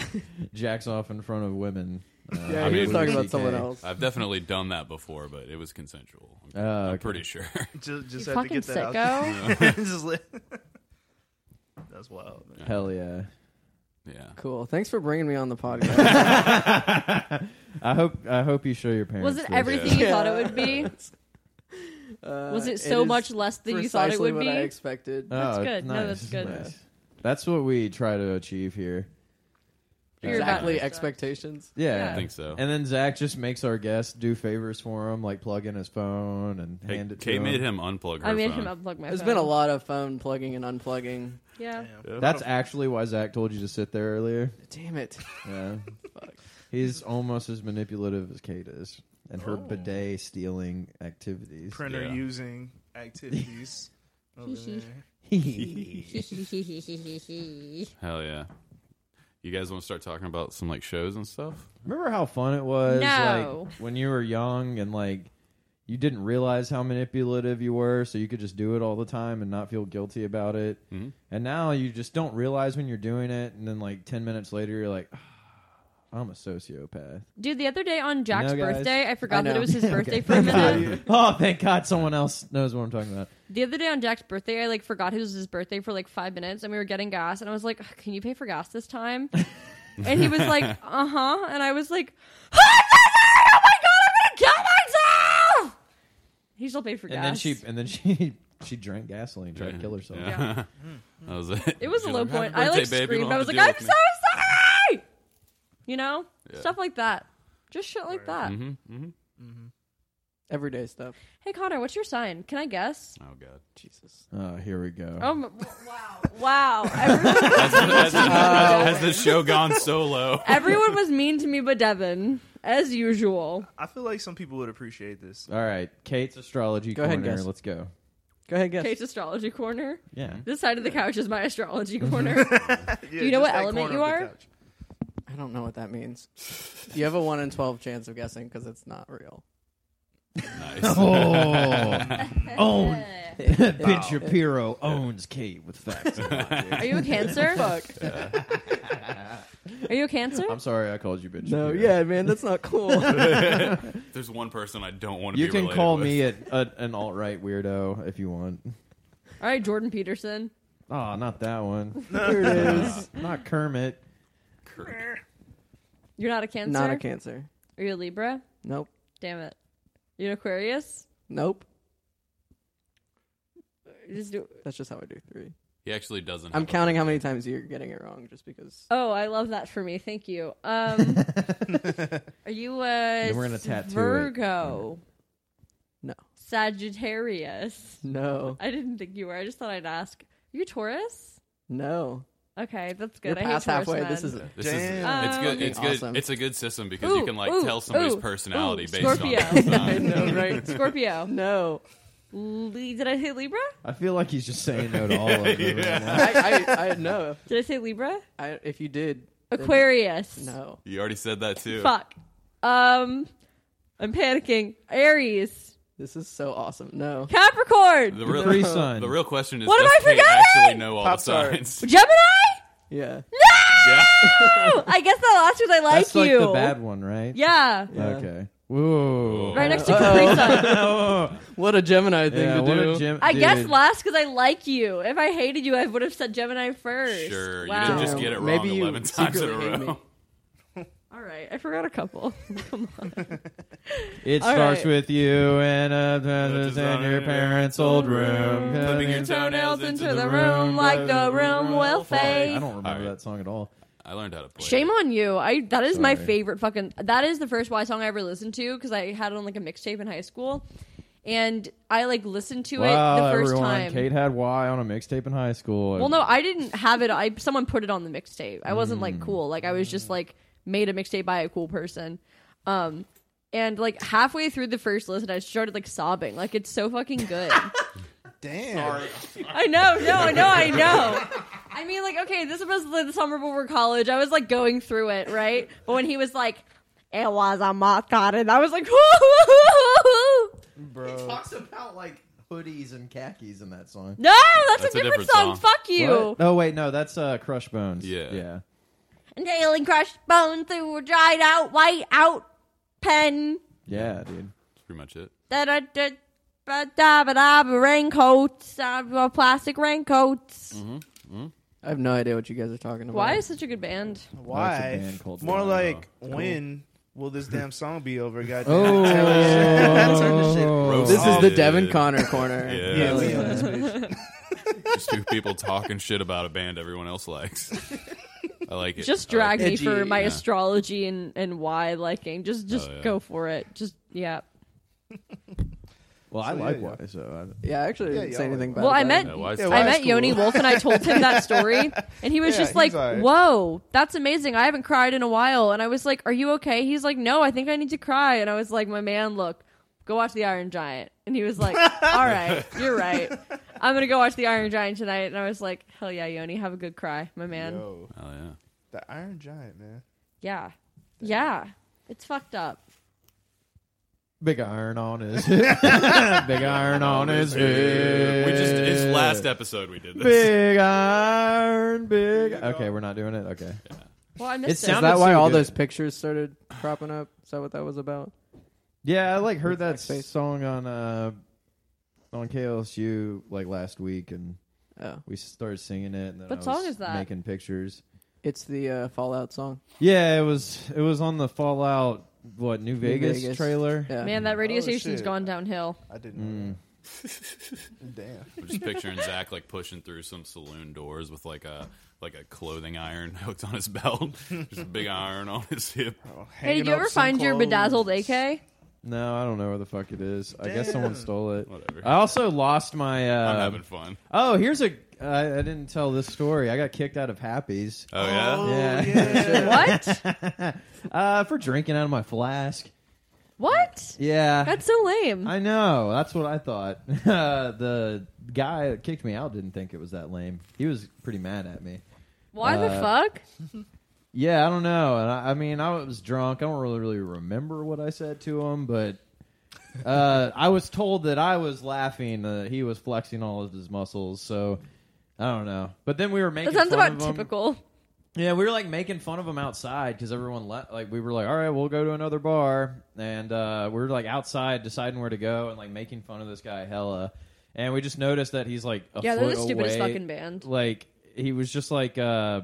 jacks off in front of women. Uh,
Yeah,
I
he was
mean,
talking
with
about
CK.
someone else.
I've definitely done that before, but it was consensual. I'm,
Oh,
I'm
okay.
pretty sure.
Just, just
you
have to
fucking
get that
sicko.
out. Just li- That's wild. Man.
Hell yeah!
yeah.
Cool. Thanks for bringing me on the podcast.
I hope I hope you show your parents.
Was it
this.
everything you thought it would be?
Uh,
Was it so
is
much less than you thought it
precisely
would
what
be?
I expected.
That's
Oh,
good. No,
nice,
that's good.
nice. That's what we try to achieve here.
You're about
exactly
to-
expectations.
Yeah.
Yeah.
I think so.
And then Zach just makes our guests do favors for him, like plug in his phone and
Hey,
hand it to
Kate
him.
made him unplug her
I made
phone.
him unplug my
There's
phone.
been a lot of phone plugging and unplugging.
Yeah.
Damn.
That's actually why Zach told you to sit there earlier.
Damn it.
Yeah. He's almost as
Oh.
manipulative as Kate is and her bidet stealing activities.
printer
Yeah.
using activities over
Hee hee.
there.
Hell yeah. You guys want to start talking about some like shows and stuff?
Remember how fun it was
No.
like when you were young and like you didn't realize how manipulative you were, so you could just do it all the time and not feel guilty about it.
Mhm.
And now you just don't realize when you're doing it, and then like ten minutes later, you're like, "Ah, "I'm a sociopath."
Dude, the other day on Jack's
guys.
birthday, I
I
forgot that
know.
it was his birthday
Okay.
for a minute.
oh, thank God, someone else knows what I'm talking about.
The other day on Jack's birthday, I like forgot it was his birthday for like five minutes, and we were getting gas, and I was like, "Can you pay for gas this time?" and he was like, "Uh huh," and I was like, "Oh my god, I'm gonna kill myself!" He still paid for
And
gas.
then she, and then she, she drank gasoline, tried to
Yeah.
kill herself.
Yeah. that was it.
It was a
She's
low
like,
point.
"Happy
I like
birthday, babe. You
screamed.
don't
I
have
was
to
like, "I'm
deal
so sorry," you know,
Yeah.
stuff like that. Just shit like that.
with me." Mhm, mhm.
Everyday stuff.
Hey Connor, what's your sign? Can I guess?
Oh god.
Jesus.
Oh, here we go.
Oh my- wow! Wow! Everyone,
Has, has- has- has the show gone so low?
everyone was mean to me, but Devin, as usual.
I feel like some people would appreciate this.
All right, Kate's astrology
Go ahead,
corner.
guess.
Let's go.
Go ahead, guess.
Kate's astrology corner.
Yeah.
This side of the couch is my astrology corner.
Yeah,
Do you
just
know what
that
element
corner
you
of the
are?
couch.
I don't know what that means. You have a one in twelve chance of guessing because it's not real.
Nice.
Oh, own. Ben
Wow.
Shapiro owns Kate with facts.
Are you a Cancer? Fuck. Are you a Cancer?
I'm sorry, I called you Ben.
No,
Shapiro.
yeah, man, that's not cool.
There's one person I don't want to
You
be
can
related
call
with.
me a, a, an alt right weirdo if you want.
All right, Jordan Peterson.
Oh, not that one.
there it is.
not Kermit.
Kurt.
You're not a Cancer.
Not a cancer.
Are you a Libra?
Nope.
Damn it. You're an Aquarius.
Nope.
Just do-
That's just how I do three.
He actually doesn't.
I'm
have a-
counting how many times you're getting it wrong just because.
Oh, I love that for me. Thank you. Um, are you a
Then we're gonna tattoo it.
Virgo?
No.
Sagittarius.
No.
I didn't think you were. I just thought I'd ask. Are you Taurus?
No.
Okay, that's good.
You're
I hate
past
Taurus
halfway.
men.
This is
This
Damn.
is it's good.
Um,
It's good.
Awesome.
It's a good system because you
Ooh,
can like
ooh,
tell somebody's
ooh,
personality
ooh,
based
Scorpio.
on. their
I
sign.
know, right?
Scorpio.
No.
Le- did I say Libra?
I feel like he's just saying no to all of them.
I, I, I no.
Did I say Libra?
I, if you did, then
Aquarius.
No.
You already said that too.
Fuck. Um, I'm panicking. Aries.
This is so awesome. No.
Capricorn.
The real,
Capri Sun.
the real question is,
What am
does
I
Kate
forgetting?
actually know all
Pop
the
Tart.
signs?
Gemini.
Yeah.
Yeah.
No. I guess that last was I like
That's like
you.
the bad one, right?
Yeah.
Yeah.
Okay. Whoa.
Right next to Capri Sun.
Oh,
What a Gemini thing
yeah,
to
what
do.
a gem-
I guess
dude.
last because I like you. If I hated you, I would have said Gemini first.
Sure, you
Wow.
didn't just
Damn.
get it wrong
Maybe you
11 times in a
secretly hate
row.
me.
All right, I forgot a couple. Come on.
It
All
starts
right.
with you and uh, th- th- in your
design-
parents' old room.
Flipping your
Cutting-
toenails into the
room,
like the room will
I
fade.
don't remember
Alright.
that song at all.
I learned how to play.
Shame
it.
on you! I that is my
Sorry.
favorite fucking. That is the first Y song I ever listened to because I had it on like a mixtape in high school, and I like listened to it
wow,
the first
everyone.
time.
Kate had Y on a mixtape in high school.
Well, no, I didn't have it. I someone put it on the mixtape. I wasn't like cool. Like I was just like made a mixtape by a cool person. Um, and like halfway through the first listen, I started like sobbing. Like it's so fucking good.
Damn.
I know, no, I know, I know. I mean, like, okay, this was the summer before college. I was like going through it, right? But when he was like, "It was a moth garden," I was like,
bro. He
talks
about like hoodies and khakis in that song.
"No, that's, a, different, song. Fuck you."
No, wait, no, that's uh, Crush Bones.
Yeah.
yeah.
Nailing crushed bone through a dried out white out pen.
Yeah, dude.
That's pretty much it.
Da da da ba da ba da ba raincoats, uh, uh, plastic raincoats.
I have no idea what you guys are talking about.
Mm-hmm. Why is such a good band?
That's a
Why?
band called
More
Lana.
like when will this damn song be over? Goddamn.
Oh.
Turn the shit-
Roasted.
This is the
Oh,
Devin
dude.
Connor corner.
Yeah.
Yeah, we
Yeah.
on this bitch.
Just two people talking shit about a band everyone else likes. I like it.
Just
I like
drag me
edgy,
for my
yeah.
astrology and, and why liking. Just just
Oh, yeah.
go for it. Just yeah.
Well, I
So, yeah,
like Y, so uh, I,
Yeah, I actually
Yeah,
didn't
y'all
say
like
anything
that.
about
Well, I
that.
met
Yeah, why is
Yeah,
that-
why
I
is
met
cool.
Yoni Wolf and I told him that story, and he was
Yeah,
just
he's
like,
alright.
"Whoa, that's amazing! I haven't cried in a while." And I was like, "Are you okay?" He's like, "No, I think I need to cry." And I was like, "My man, look, go watch The Iron Giant." And he was like, "All right, you're right. I'm gonna go watch the Iron Giant tonight." And I was like, "Hell yeah, Yoni, have a good cry, my man."
Yo,
Oh yeah.
the Iron Giant, man.
Yeah, yeah, it's fucked up.
Big iron on his hip. Big iron on his hip.
We just it's last episode we did this.
Big iron, big. Okay, we're not doing it. Okay.
Well, I missed it.
Is
sound-
that
Sounded
why
so
all
good.
those pictures started cropping up? Is that what that was about?
Yeah, I like heard that
Like face.
song on uh on KLSU like last week, and
Oh,
we started singing it. And then
What
I
song
was
is that?
Making pictures.
it's the uh, Fallout song.
Yeah, it was it was on the Fallout what New Vegas,
Vegas.
trailer.
Yeah.
man, that radio
Oh,
station's
shit.
gone downhill.
I didn't.
Mm.
Know that. Damn.
I'm just picturing Zach like pushing through some saloon doors with like a like a clothing iron hooked on his belt, just a big iron on his hip.
Oh,
Hey,
hanging
did you
up
ever
some
find your
clothes.
bedazzled AK?
No, I don't know where the fuck it is. I guess someone
Damn.
stole it.
Whatever.
Uh,
I also lost my. Uh,
I'm having fun.
oh, here's a. I, I didn't tell this story. I got kicked out of Happy's
Oh yeah.
Oh,
Yeah.
yeah.
What?
uh, for drinking out of my flask.
what?
Yeah,
That's so lame.
I know. That's what I thought. the guy that kicked me out didn't think it was that lame. He was pretty mad at me.
Why the
uh,
fuck?
Yeah, I don't know. And I, I mean, I was drunk. I don't really really remember what I said to him, but uh, I was told that I was laughing. Uh, he was flexing all of his muscles. So I don't know. But then we were making
That sounds
fun
about
of him.
typical.
Yeah, we were like making fun of him outside because everyone left. Like we were like, all right, we'll go to another bar, and uh, we were like outside deciding where to go and like making fun of this guy hella, and we just noticed that he's like a
Yeah, they're
foot
the stupidest
away.
fucking band.
Like he was just like uh,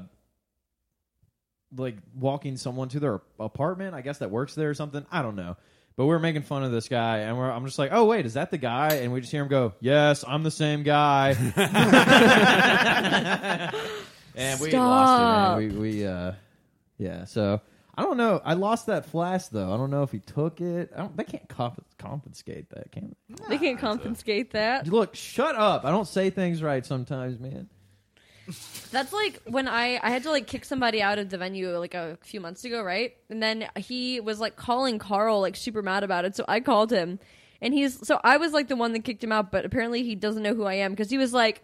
like walking someone to their apartment, I guess that works there or something. I don't know. But we were making fun of this guy, and we're, I'm just like, "Oh wait, is that the guy?" And we just hear him go, "Yes, I'm the same guy." and we lost it. Man. We we uh, yeah. So I don't know. I lost that flash though. I don't know if he took it. I don't. They can't comp- confiscate that, can they?
They can't confiscate that.
Look, shut up. I don't say things right sometimes, man.
That's like when I I had to like kick somebody out of the venue like a few months ago, right? And then he was like calling Carl like super mad about it, so I called him, and he's so I was like the one that kicked him out, but apparently he doesn't know who I am because he was like.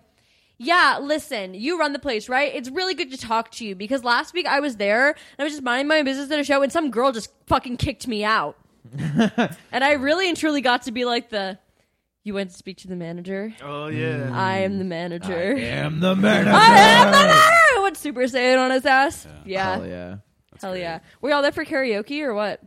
Yeah, listen, you run the place, right? It's really good to talk to you because last week I was there and I was just minding my business at a show and some girl just fucking kicked me out. and I really and truly got to be like the you went to speak to the manager.
Oh yeah.
I am the manager.
am the murderer.
I am the matter. What Super Saiyan on his ass? Yeah,
Oh,
Hell
hell yeah.
yeah.
Were y'all there for karaoke or what?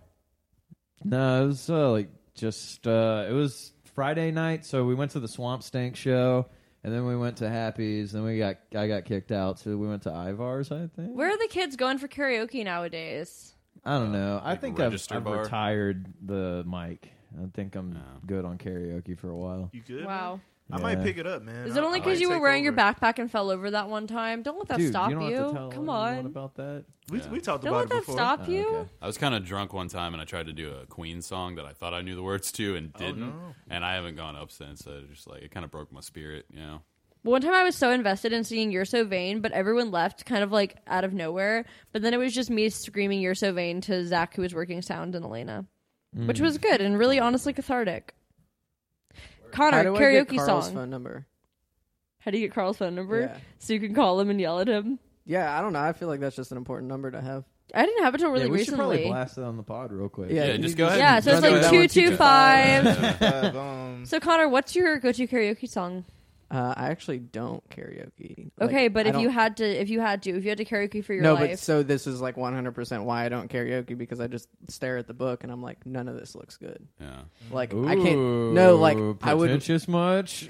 No, it was uh, like just uh, it was Friday night, so we went to the Swamp Stank show, and then we went to Happy's, then we got I got kicked out, so we went to Ivar's, I think.
Where are the kids going for karaoke nowadays?
I don't know. I
Like
think I've,
register
I've
bar?
retired the mic. I think I'm
Oh.
good on karaoke for a while.
You good?
Wow.
I might
Yeah.
pick it up, man.
Is it
I-
only
I
because
might
you were
take
wearing your
over.
backpack and fell over that one time? Don't let that
Dude,
stop
you
you.
don't have to tell
Come
anyone
on.
about that.
We,
Yeah.
we talked
Don't
about
let
it
that
before.
stop
Oh,
you.
okay.
I was kind of drunk one time and I tried to do a Queen song that I thought I knew the words to and didn't,
Oh, no.
and I haven't gone up since. So just like it kind of broke my spirit, you know.
One time I was so invested in seeing You're So Vain, but everyone left kind of like out of nowhere. But then it was just me screaming You're So Vain to Zach, who was working sound, and Elena, which
Hmm.
was good and really honestly cathartic. Connor,
How do I
karaoke
get Carl's
song.
phone number?
How do you get Carl's phone number?
Yeah.
So you can call him and yell at him.
Yeah, I don't know. I feel like that's just an important number to have.
I didn't have it until really
yeah, we should probably
recently.
blast it on the pod real quick.
Yeah,
Yeah,
you
just
can
go
just-
ahead.
yeah,
and
so it's
run
like
that
two-
one.
two two five.
Yeah.
Uh, um,
So Connor, what's your go to karaoke song?
Uh, I actually don't karaoke. Like,
Okay, but
I
if you
don't-
had to, if you had to, if you had to karaoke for your
no, but
life,
so this is like 100% why I don't karaoke because I just stare at the book and I'm like, none of this looks good.
Yeah.
Like I can't. No, like
Ooh,
I would.
pretentious much.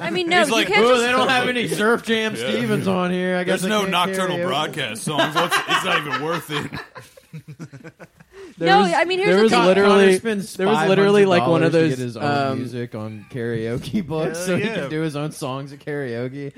I mean, no,
He's
you
like,
can't.
Ooh,
Just,
they don't have any Surf Jam Stevens on here. I guess
There's
I
no
can't
nocturnal
karaoke.
broadcast songs. What's, it's not even worth it.
No, I mean, here's
there
the
was
thing.
literally
Connor spends
there was literally like one of
$500 to
those
get his own
um,
music on karaoke books,
Hell
so he
yeah.
can do his own songs at karaoke.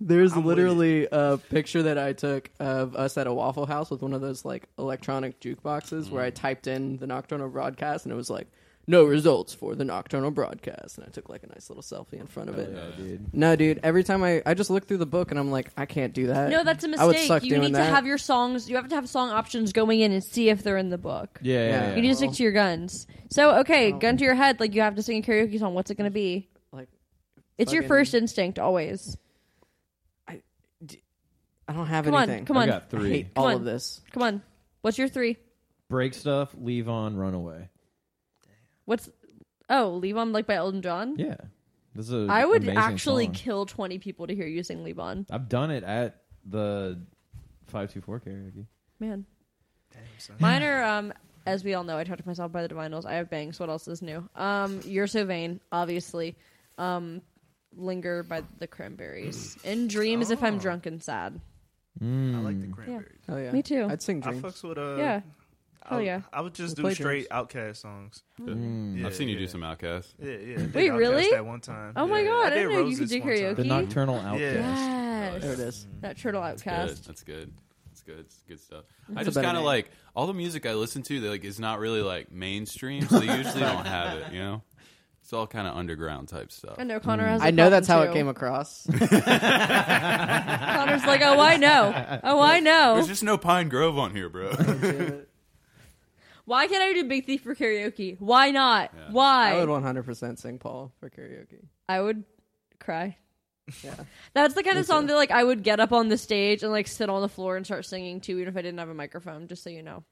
There's
I'm with
literally a picture that I took of us at a Waffle
Mm-hmm.
House with one of those like electronic jukeboxes where I typed in the Nocturnal broadcast and it was like no results for the nocturnal broadcast, and I took like a nice little selfie in front of it.
Yeah, dude.
No, dude. Every time I, I just look through the book and I'm like, I can't do that.
No, that's a
I would
mistake.
suck
You
doing
need
that.
to have your songs. You have to have song options going in and see if they're in the book.
Yeah, yeah,
Yeah.
yeah.
You need to stick to your guns. So okay, gun to your head. Like you have to sing a karaoke song. What's it gonna be?
like
It's your
Fucking-
first instinct always.
I don't have
Come
anything.
on, come
I
on,
got
I
three.
hate
Come
all
on.
of this.
come on. What's your three?
Break stuff, leave on, run away.
What's oh Leave On like by Elton John?
Yeah, this is. A
I would
amazing
actually
song.
kill twenty people to hear you sing Leave On.
I've done it at the five two four karaoke.
Man,
son.
mine are um. As we all know, I talked to myself by the Divinals. I have bangs. What else is new? Um, you're so vain, obviously. Um, linger by the Cranberries and dreams if I'm drunk and sad.
I like the cranberries.
Hell yeah.
Me too.
I'd sing
I
dreams.
fucks with uh
yeah,
I
hell
would-
yeah.
I would just
We
do
play
straight
drums.
outcast songs.
Mm.
Yeah,
I've seen you
yeah.
do some outcasts.
Yeah, yeah. I did
Wait,
Outkast
really?
That one time.
Oh my
Yeah,
God, I
did
didn't know you
Roses
could do
one time.
The
karaoke.
nocturnal outcast.
Yes,
There it is.
That turtle
Good.
outcast.
That's good. That's good. It's good stuff. I just
better
kind of
name.
like all the music I listen to. They like is not really like mainstream, so they usually don't have it. You know, it's all kind of underground type stuff.
I know Connor has. a
I know that's how
problem,
it
too.
came across.
Connor's like, oh, I know. Oh, I know.
There's just no Pine Grove on here, bro.
Why can't I do Big Thief for karaoke? Why not?
Yeah.
Why?
I would 100% sing Paul for karaoke.
I would cry.
Yeah.
That's the kind of
Me
song
too.
that like I would get up on the stage and like sit on the floor and start singing too, even if I didn't have a microphone. Just so you know.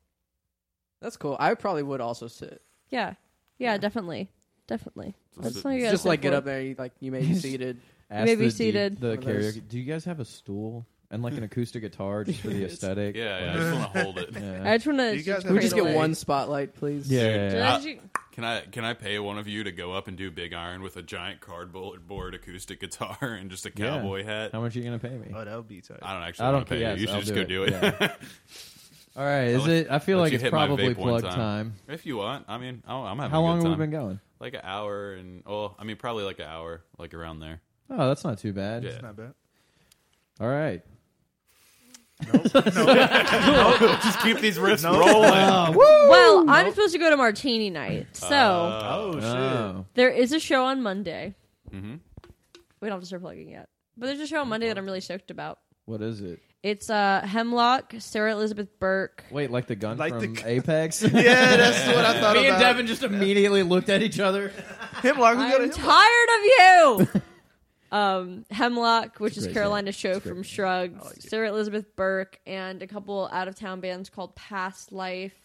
That's cool. I probably would also sit.
Yeah. Yeah. Definitely. Definitely.
Just-
That's the song you
Yeah,
gotta
just
sit
like get
for.
up there, you, like you may be seated.
Ask
Maybe
the,
seated.
The
One of those.
karaoke. Do you guys have a stool and like an acoustic guitar just for the aesthetic?
yeah, yeah. I just want to hold it.
Yeah.
I just want
You
to.
guys have-
Can we just get
Cradle
one spotlight, please?
Yeah, yeah, yeah.
Uh, Can I can I pay one of you to go up and do Big Iron with a giant cardboard acoustic guitar and just a
Yeah.
cowboy hat?
How much are you gonna pay me?
Oh, that would be tight.
I don't actually
I don't
want to pay
care.
you. You
Yes,
should
I'll
just
do
go
it.
do it.
All right,
I'll
is
let-
it? I feel
let
like
you
it's
hit my
probably
vape one
plug time.
time. if you want. I mean, I'll, I'm having
How
a good
long have we
time.
been going?
Like an hour and well, I mean, probably like an hour, like around there.
Oh, that's not too bad.
Yeah.
Not bad.
All right.
just keep these riffs
No.
rolling.
Well, I'm supposed to go to Martini Night, so
Oh, shit.
Oh.
there is a show on Monday.
hmm
We don't have to start plugging yet, but there's a show on Monday that I'm really stoked about.
What is it?
It's uh, Hemlock, Sarah Elizabeth Burke.
Wait, like the gun
Like
from
the-
Apex?
Yeah, that's what I thought
Me and
about.
Devin just immediately looked at each other.
Hemlock, we got
I'm
a
tired of you. um, Hemlock, which is
great
Carolina show
great
from
band.
Shrugs, Sarah Elizabeth Burke, and a couple out of town bands called Past Life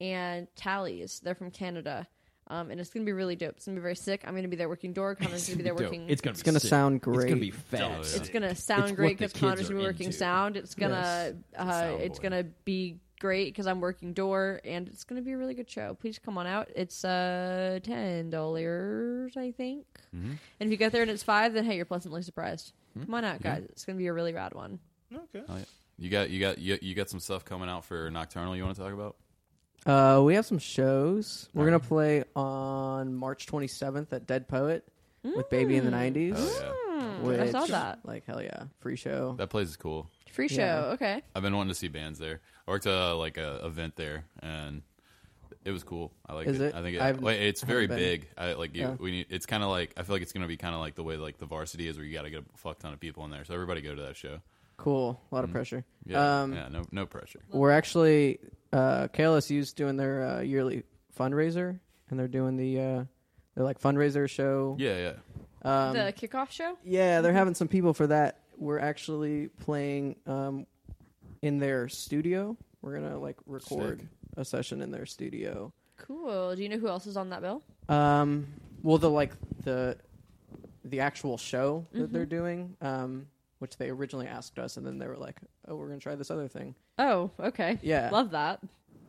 and Tallies. They're from Canada. Um, and it's gonna be really dope. It's gonna be very sick. I'm gonna be there working door. Connor's gonna be there working.
It's gonna,
It's gonna sound great.
It's gonna be
Oh,
fast.
It's gonna sound
what
great
the
because
kids
Connor's
are
gonna be working
into.
sound. It's gonna uh,
Sound
it's
boy.
gonna be great because I'm working door and it's gonna be a really good show. Please come on out. It's uh ten dollars I think,
Mm-hmm.
and if you get there and it's five, then hey, you're pleasantly surprised.
Hmm?
Come on
Mm-hmm.
out, guys. It's gonna be a really rad one.
Okay.
You got you got you, you got some stuff coming out for Nocturnal. You want to talk about?
Uh, we have some shows. We're
Uh-huh.
gonna play on March 27th at Dead Poet with Baby in the 90s.
Oh, yeah,
Hmm. which,
Mm. I saw that
Like hell yeah, free show.
that place is cool.
free show.
Yeah.
Okay,
I've been wanting to see bands there. I worked at uh, like a event there, and it was cool. I like
Is
it.
it?
I think it,
I've-
like, it's
I
very
haven't been.
big. I like you.
Yeah.
We need. It's kind of like I feel like it's gonna be kind of like the way like the varsity is, where you got to get a fuck ton of people in there. So everybody go to that show.
Cool. A
Mm.
lot of pressure.
Yeah,
Um,
yeah. No, no pressure.
We're actually uh, KLSU's doing their uh, yearly fundraiser, and they're doing the uh, their like fundraiser show.
Yeah, yeah.
Um,
the kickoff show.
Yeah, they're having some people for that. We're actually playing um, in their studio. We're gonna like record a session in their studio.
Cool. Do you know who else is on that bill?
Um, well, the like the the actual show that
Mm-hmm.
they're doing, um, which they originally asked us, and then they were like, "Oh, we're gonna try this other thing."
Oh, okay.
Yeah.
love that.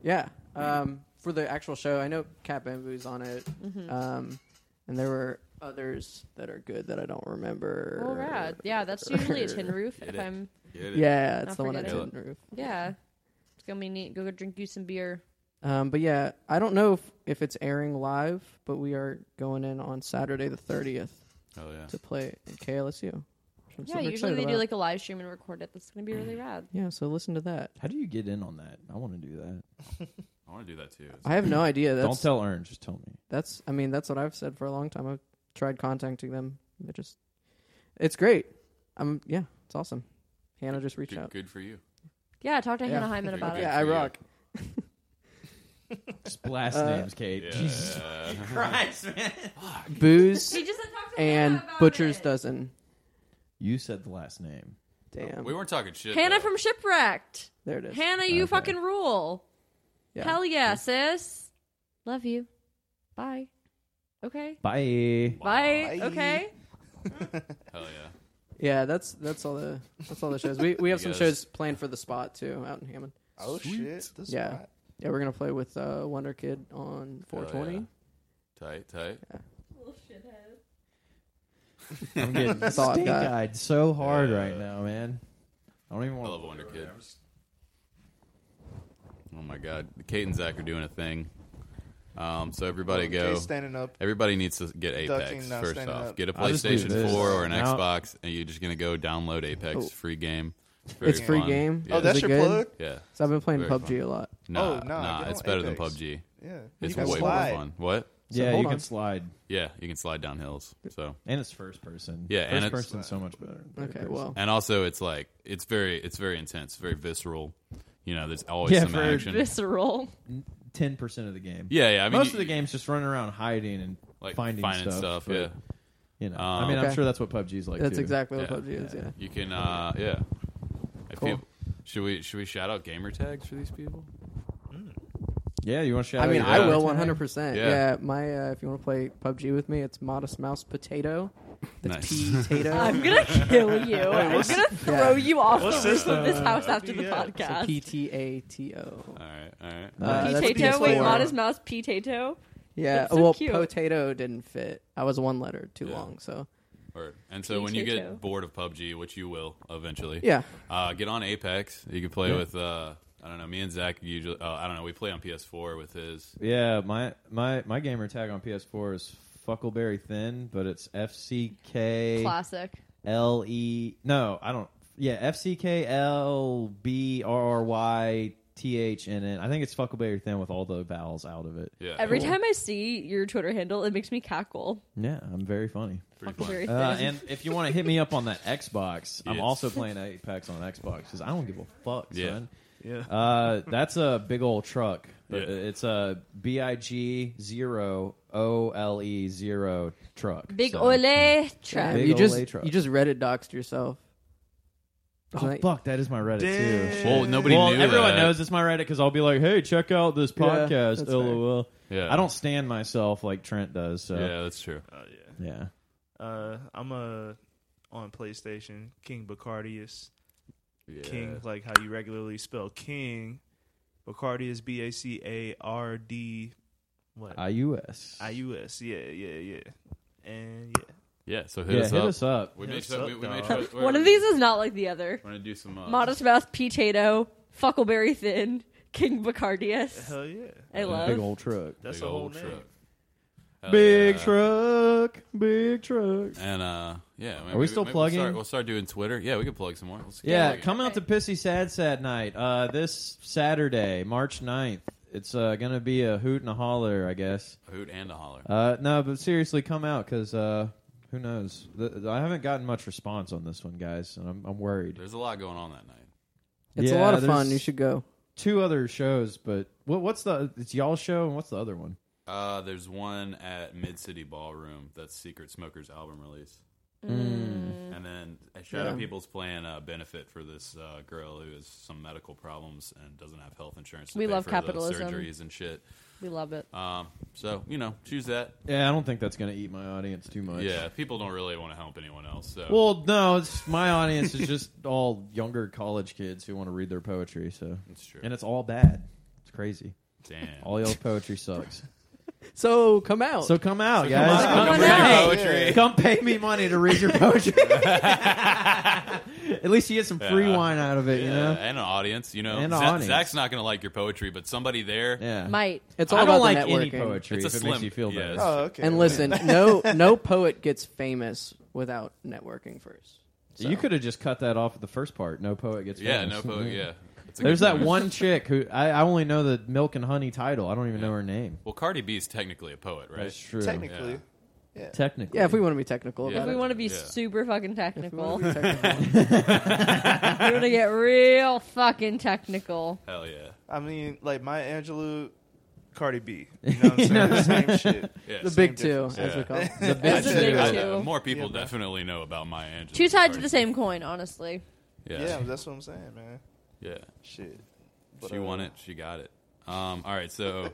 Yeah. Um, for the actual show, I know Cat Bamboo's on it,
Mm-hmm.
um, and there were others that are good that I don't remember.
Well, rad. Yeah, that's usually a tin roof.
Get
If
it.
I'm
Yeah, it's
Not
the one at
forgetting.
Tin Roof.
yeah, it's gonna be neat. Go drink you some beer.
Um, but yeah, I don't know if, if it's airing live, but we are going in on Saturday the 30th
Oh yeah.
to play at KLSU. which I'm
Yeah,
super
usually
excited
they do
about. Mm.
like a live stream and record it. That's gonna be really rad.
Yeah, so listen to that.
How do you get in on that? I want to do that.
I want to do that too. It's-
I have no idea. That's,
Don't tell Ern. Just tell me.
That's I mean that's what I've said for a long time. I've tried contacting them. They just it's great. I'm yeah, it's awesome. Hannah just reached
Good,
out.
good for you.
Yeah, talk to
Yeah.
Hannah Hyman about it.
Yeah, I
for you.
rock.
Just blast
Uh,
names, Kate.
Yeah.
Jesus Christ, man.
Booze
He just said talk to Hannah
and
about
Butcher's
it.
dozen.
You said the last name.
Damn.
We weren't talking shit.
Hannah
though.
from Shipwrecked.
There it is.
Hannah, you
Okay.
fucking rule.
Yeah.
Hell yeah, sis. Love you. Bye. Okay.
Bye.
Bye. Okay.
Hell yeah.
Yeah, that's that's all the that's all the shows. We we have some
Yes.
shows planned for the spot too out in Hammond.
Oh shit! This
Yeah.
spot.
Yeah, we're gonna play with uh, Wonder Kid
Oh,
on 420.
Oh, yeah. Tight, tight.
I'm getting
That's all I've
stink
got.
eyed so hard
Yeah.
right now, man. I don't even
I
want
love Wonder Kid. Oh my god, Kate and Zach are doing a thing. Um, so everybody
Okay,
go.
standing up.
Everybody needs to get
Oh, Ducking,
Apex
not
first
standing
off.
up.
Get a
I'll just do
PlayStation
this.
4 or an
Now-
Xbox, and you're just gonna go download Apex,
Oh.
free game. very
It's free
fun.
game.
Yeah.
Oh, that's
Is it
your
good?
plug.
yeah.
So I've been playing
Very
PUBG a lot.
Nah,
Oh, nah,
nah,
get
it's
on
better than
Apex.
PUBG.
Yeah,
It's
You can
way
slide.
more fun. What?
So
Yeah,
hold
you
on.
can slide,
Yeah, you can slide down hills. So
and it's first person.
Yeah,
first
and it's-
person so much better. than
Okay,
third
well,
and also it's like it's very it's very intense, very visceral. You know, there's always
Yeah,
some
for
action.
Visceral.
person. ten percent of the game.
yeah, yeah. I mean,
most
you-
of the game's just running around hiding and
like
finding,
stuff.
but,
yeah,
you know.
Um,
I mean,
Okay.
I'm sure that's what PUBG's like.
that's
too.
exactly what
Yeah.
PUBG is. Yeah.
you can. uh Yeah. If
Cool.
you- should we should we shout out gamer tags for these people?
Yeah, you want to
I
shout?
mean,
out
I
your
will
tag?
100. percent
Yeah.
Yeah, my uh, if you want to play PUBG with me, it's Modest Mouse Potato. That's
Nice.
P-tato.
I'm gonna kill you. I'm gonna throw
Yeah.
you off
What's
the roof
this,
of this
uh,
house after the
yeah.
podcast.
P-T-A-T-O.
All right, all right.
Uh, that's
Potato,
PS4.
wait, modest mouse, potato.
Yeah,
That's so
well,
cute.
potato didn't fit. I was one letter too
Yeah.
long, so
Word. And so when you
Potato.
get bored of PUBG, which you will eventually,
yeah.
uh, get on Apex. You can play with. uh I don't know. Me and Zach usually. Uh, I don't know. We play on PS4 with his.
Yeah, my my my gamer tag on PS4 is Fuckleberry Thin, but it's F C K
Classic.
L E. No, I don't. Yeah, F C K L B R R Y T H N N. I think it's Fuckleberry Thin with all the vowels out of it.
Yeah.
Every time I see your Twitter handle, it makes me cackle.
Yeah, I'm very funny.
Pretty fun.
Huckleberry
Uh,
Finn.
and if you want to hit me up on that Xbox, I'm
Yes.
also playing Apex on Xbox because I don't give a fuck,
Yeah.
son.
Yeah.
Uh, that's a big old truck. But
Yeah.
It's a B I G zero O L E zero truck.
Big
So-
ole
Damn,
trap.
Big
you
ol'
just
A-truck.
you just Reddit doxed yourself.
Oh fuck, that is my Reddit too.
Well, nobody
well,
knew.
everyone
that.
knows it's my Reddit because I'll be like, "Hey, check out this
Yeah,
podcast."
that's fair.
LOL.
Yeah.
I don't stand myself like Trent does. So yeah,
Yeah, that's true.
Oh yeah.
yeah.
Uh, I'm a on PlayStation King Bacardius.
Yeah.
King, like how you regularly spell King. Bacardi is B A C A R D. What?
I U S.
I U S. Yeah, yeah, yeah. And yeah.
Yeah. So hit
Yeah,
us
hit
up.
us up.
We
Hit
made
us
sure.
up,
We, we made
dog.
sure.
One of these is not like the other.
We're gonna do some uh,
Modest mouse, potato, fuckleberry thin, king
Uh,
bacardius.
Hell yeah.
I
Big
love.
old truck.
That's
big
the whole
old
name.
truck.
Oh,
Hell
Big
yeah.
truck. Big truck.
And uh, yeah, are
we
We'll
still
start,
plugging?
we'll start doing Twitter. Yeah, we can plug some more. Let's get
Yeah,
plugging.
come out to Pissy Sad Sad Night uh, this Saturday, March 9th. It's uh, going to be a hoot and a holler, I guess.
A hoot and a holler.
Uh, no, but seriously, come out because uh, who knows? Th I haven't gotten much response on this one, guys, and I'm, I'm worried.
There's a lot going on that night.
It's a
Yeah,
lot of fun.
there's
You should go.
Two other shows, but what, what's the. It's y'all show, and what's the other one?
Uh, there's one at Mid City Ballroom that's Secret Smokers album release,
Mm.
and then Shadow
Yeah.
People's playing a benefit for this uh, girl who has some medical problems and doesn't have health insurance. To
We
pay
love
for the
capitalism.
surgeries and shit.
We love it.
Um, so you know, choose that.
Yeah, I don't think that's going to eat my audience too much.
Yeah, people don't really want to help anyone else. So
Well, no, it's, my audience is just all younger college kids who want to read their poetry, so.
it's true.
And it's all bad. It's crazy.
Damn.
All y'all's poetry sucks.
So come out.
So come out,
Come on,
guys.
Come
come
on
read your
out.
Hey,
poetry.
come pay me money to read your poetry. At least you get some free
Yeah.
wine out of it, you
Yeah,
know.
and an audience, you know,
And an
Zach-
audience.
Zach's not going to like your poetry, but somebody there,
Yeah,
Might.
it's all
I
about
don't like
the networking.
any poetry
It's a
if it
slim-
makes you feel
yeah,
better.
it's-
Oh, okay.
And listen, no no poet gets famous without networking first.
You could have just cut that off at the first part. No poet gets
yeah,
famous. Mm-hmm.
no poet, yeah. It's a
There's
good
that
point.
one chick who I, I only know the Milk and Honey title. I don't even know her name.
Well, Cardi B is technically a poet, right?
That's true.
Yeah.
Technically,
Technically,
Yeah, if we want to be technical
Yeah.
If
about
we
it.
want to be
Yeah.
super
If
fucking
we
technical,
wanna
we're
be technical.
gonna get real fucking technical.
Hell yeah.
I mean, like my Angelou,
Cardi B. You know what I'm saying? The same shit.
yeah.
the big two,
difference.
as we
Yeah.
call it.
the big
That's a
two.
big
I-
two.
uh, more people
Yeah, bro.
definitely know about Maya Angelou.
Two sides
Cardi
of the same coin, honestly.
B.
Yeah,
Yeah.
that's what I'm saying, man.
Yeah.
Shit.
She
uh,
won it. She got it. Um, all right. So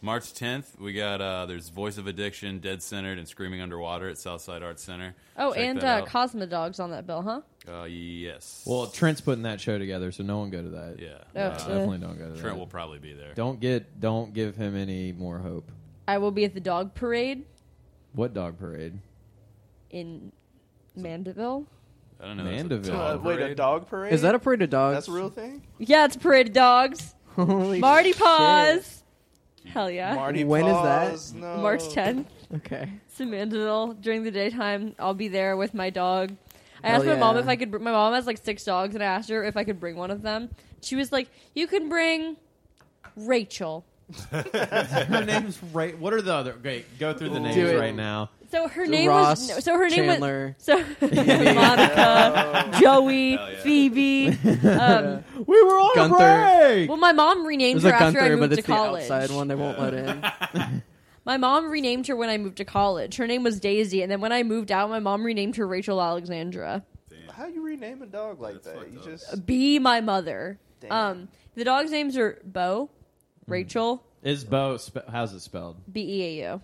March 10th, we got uh, there's Voice of Addiction, Dead Centered, and Screaming Underwater at Southside Arts Center.
Oh,
Check
and
that
uh,
out.
Cosmodogs on that bill, huh?
uh, yes.
Well, Trent's putting that show together, so no one go to that.
yeah.
Oh,
Uh,
Uh,
shit.
definitely don't go to that.
Trent will probably be there.
Don't get. Don't give him any more hope.
I will be at the dog parade
What dog parade?
in Mandeville.
I don't know. there's a
Mandeville.
dog
Uh, wait, a
parade?
dog parade?
Is that a parade of dogs?
That's a real thing?
Yeah, it's a parade of dogs.
Holy
Marty
shit.
Paws. Hell yeah.
Marty
When is that?
Paws? No.
March
Oh.
10th.
Okay.
It's in Mandeville during the daytime. I'll be there with my dog. I
Hell
asked my mom
yeah.
if I could. Br- my mom has like six dogs, and I asked her if I could bring one of them. She was like, "You can bring Rachel."
Her name's right. What are the other? Okay, go through the names
it.
right now.
So her
So
name
Ross,
was. no, So her name
Chandler,
was. So Monica, Joey,
Hell yeah.
Phoebe. Um,
We were on
Gunther.
break.
well, my mom renamed
There's
her
a
after I
Gunther,
moved
but
to
it's the
college.
outside one they won't let in.
My mom renamed her when I moved to college. Her name was Daisy, and then when I moved out, my mom renamed her Rachel Alexandra.
how you rename a dog like
That's
that?
fucked
You
up.
just
Be my mother.
Damn.
Um, the dogs' names are Bo,
Hmm.
Rachel,
Is Bo? Spe- how's it spelled?
B E A U.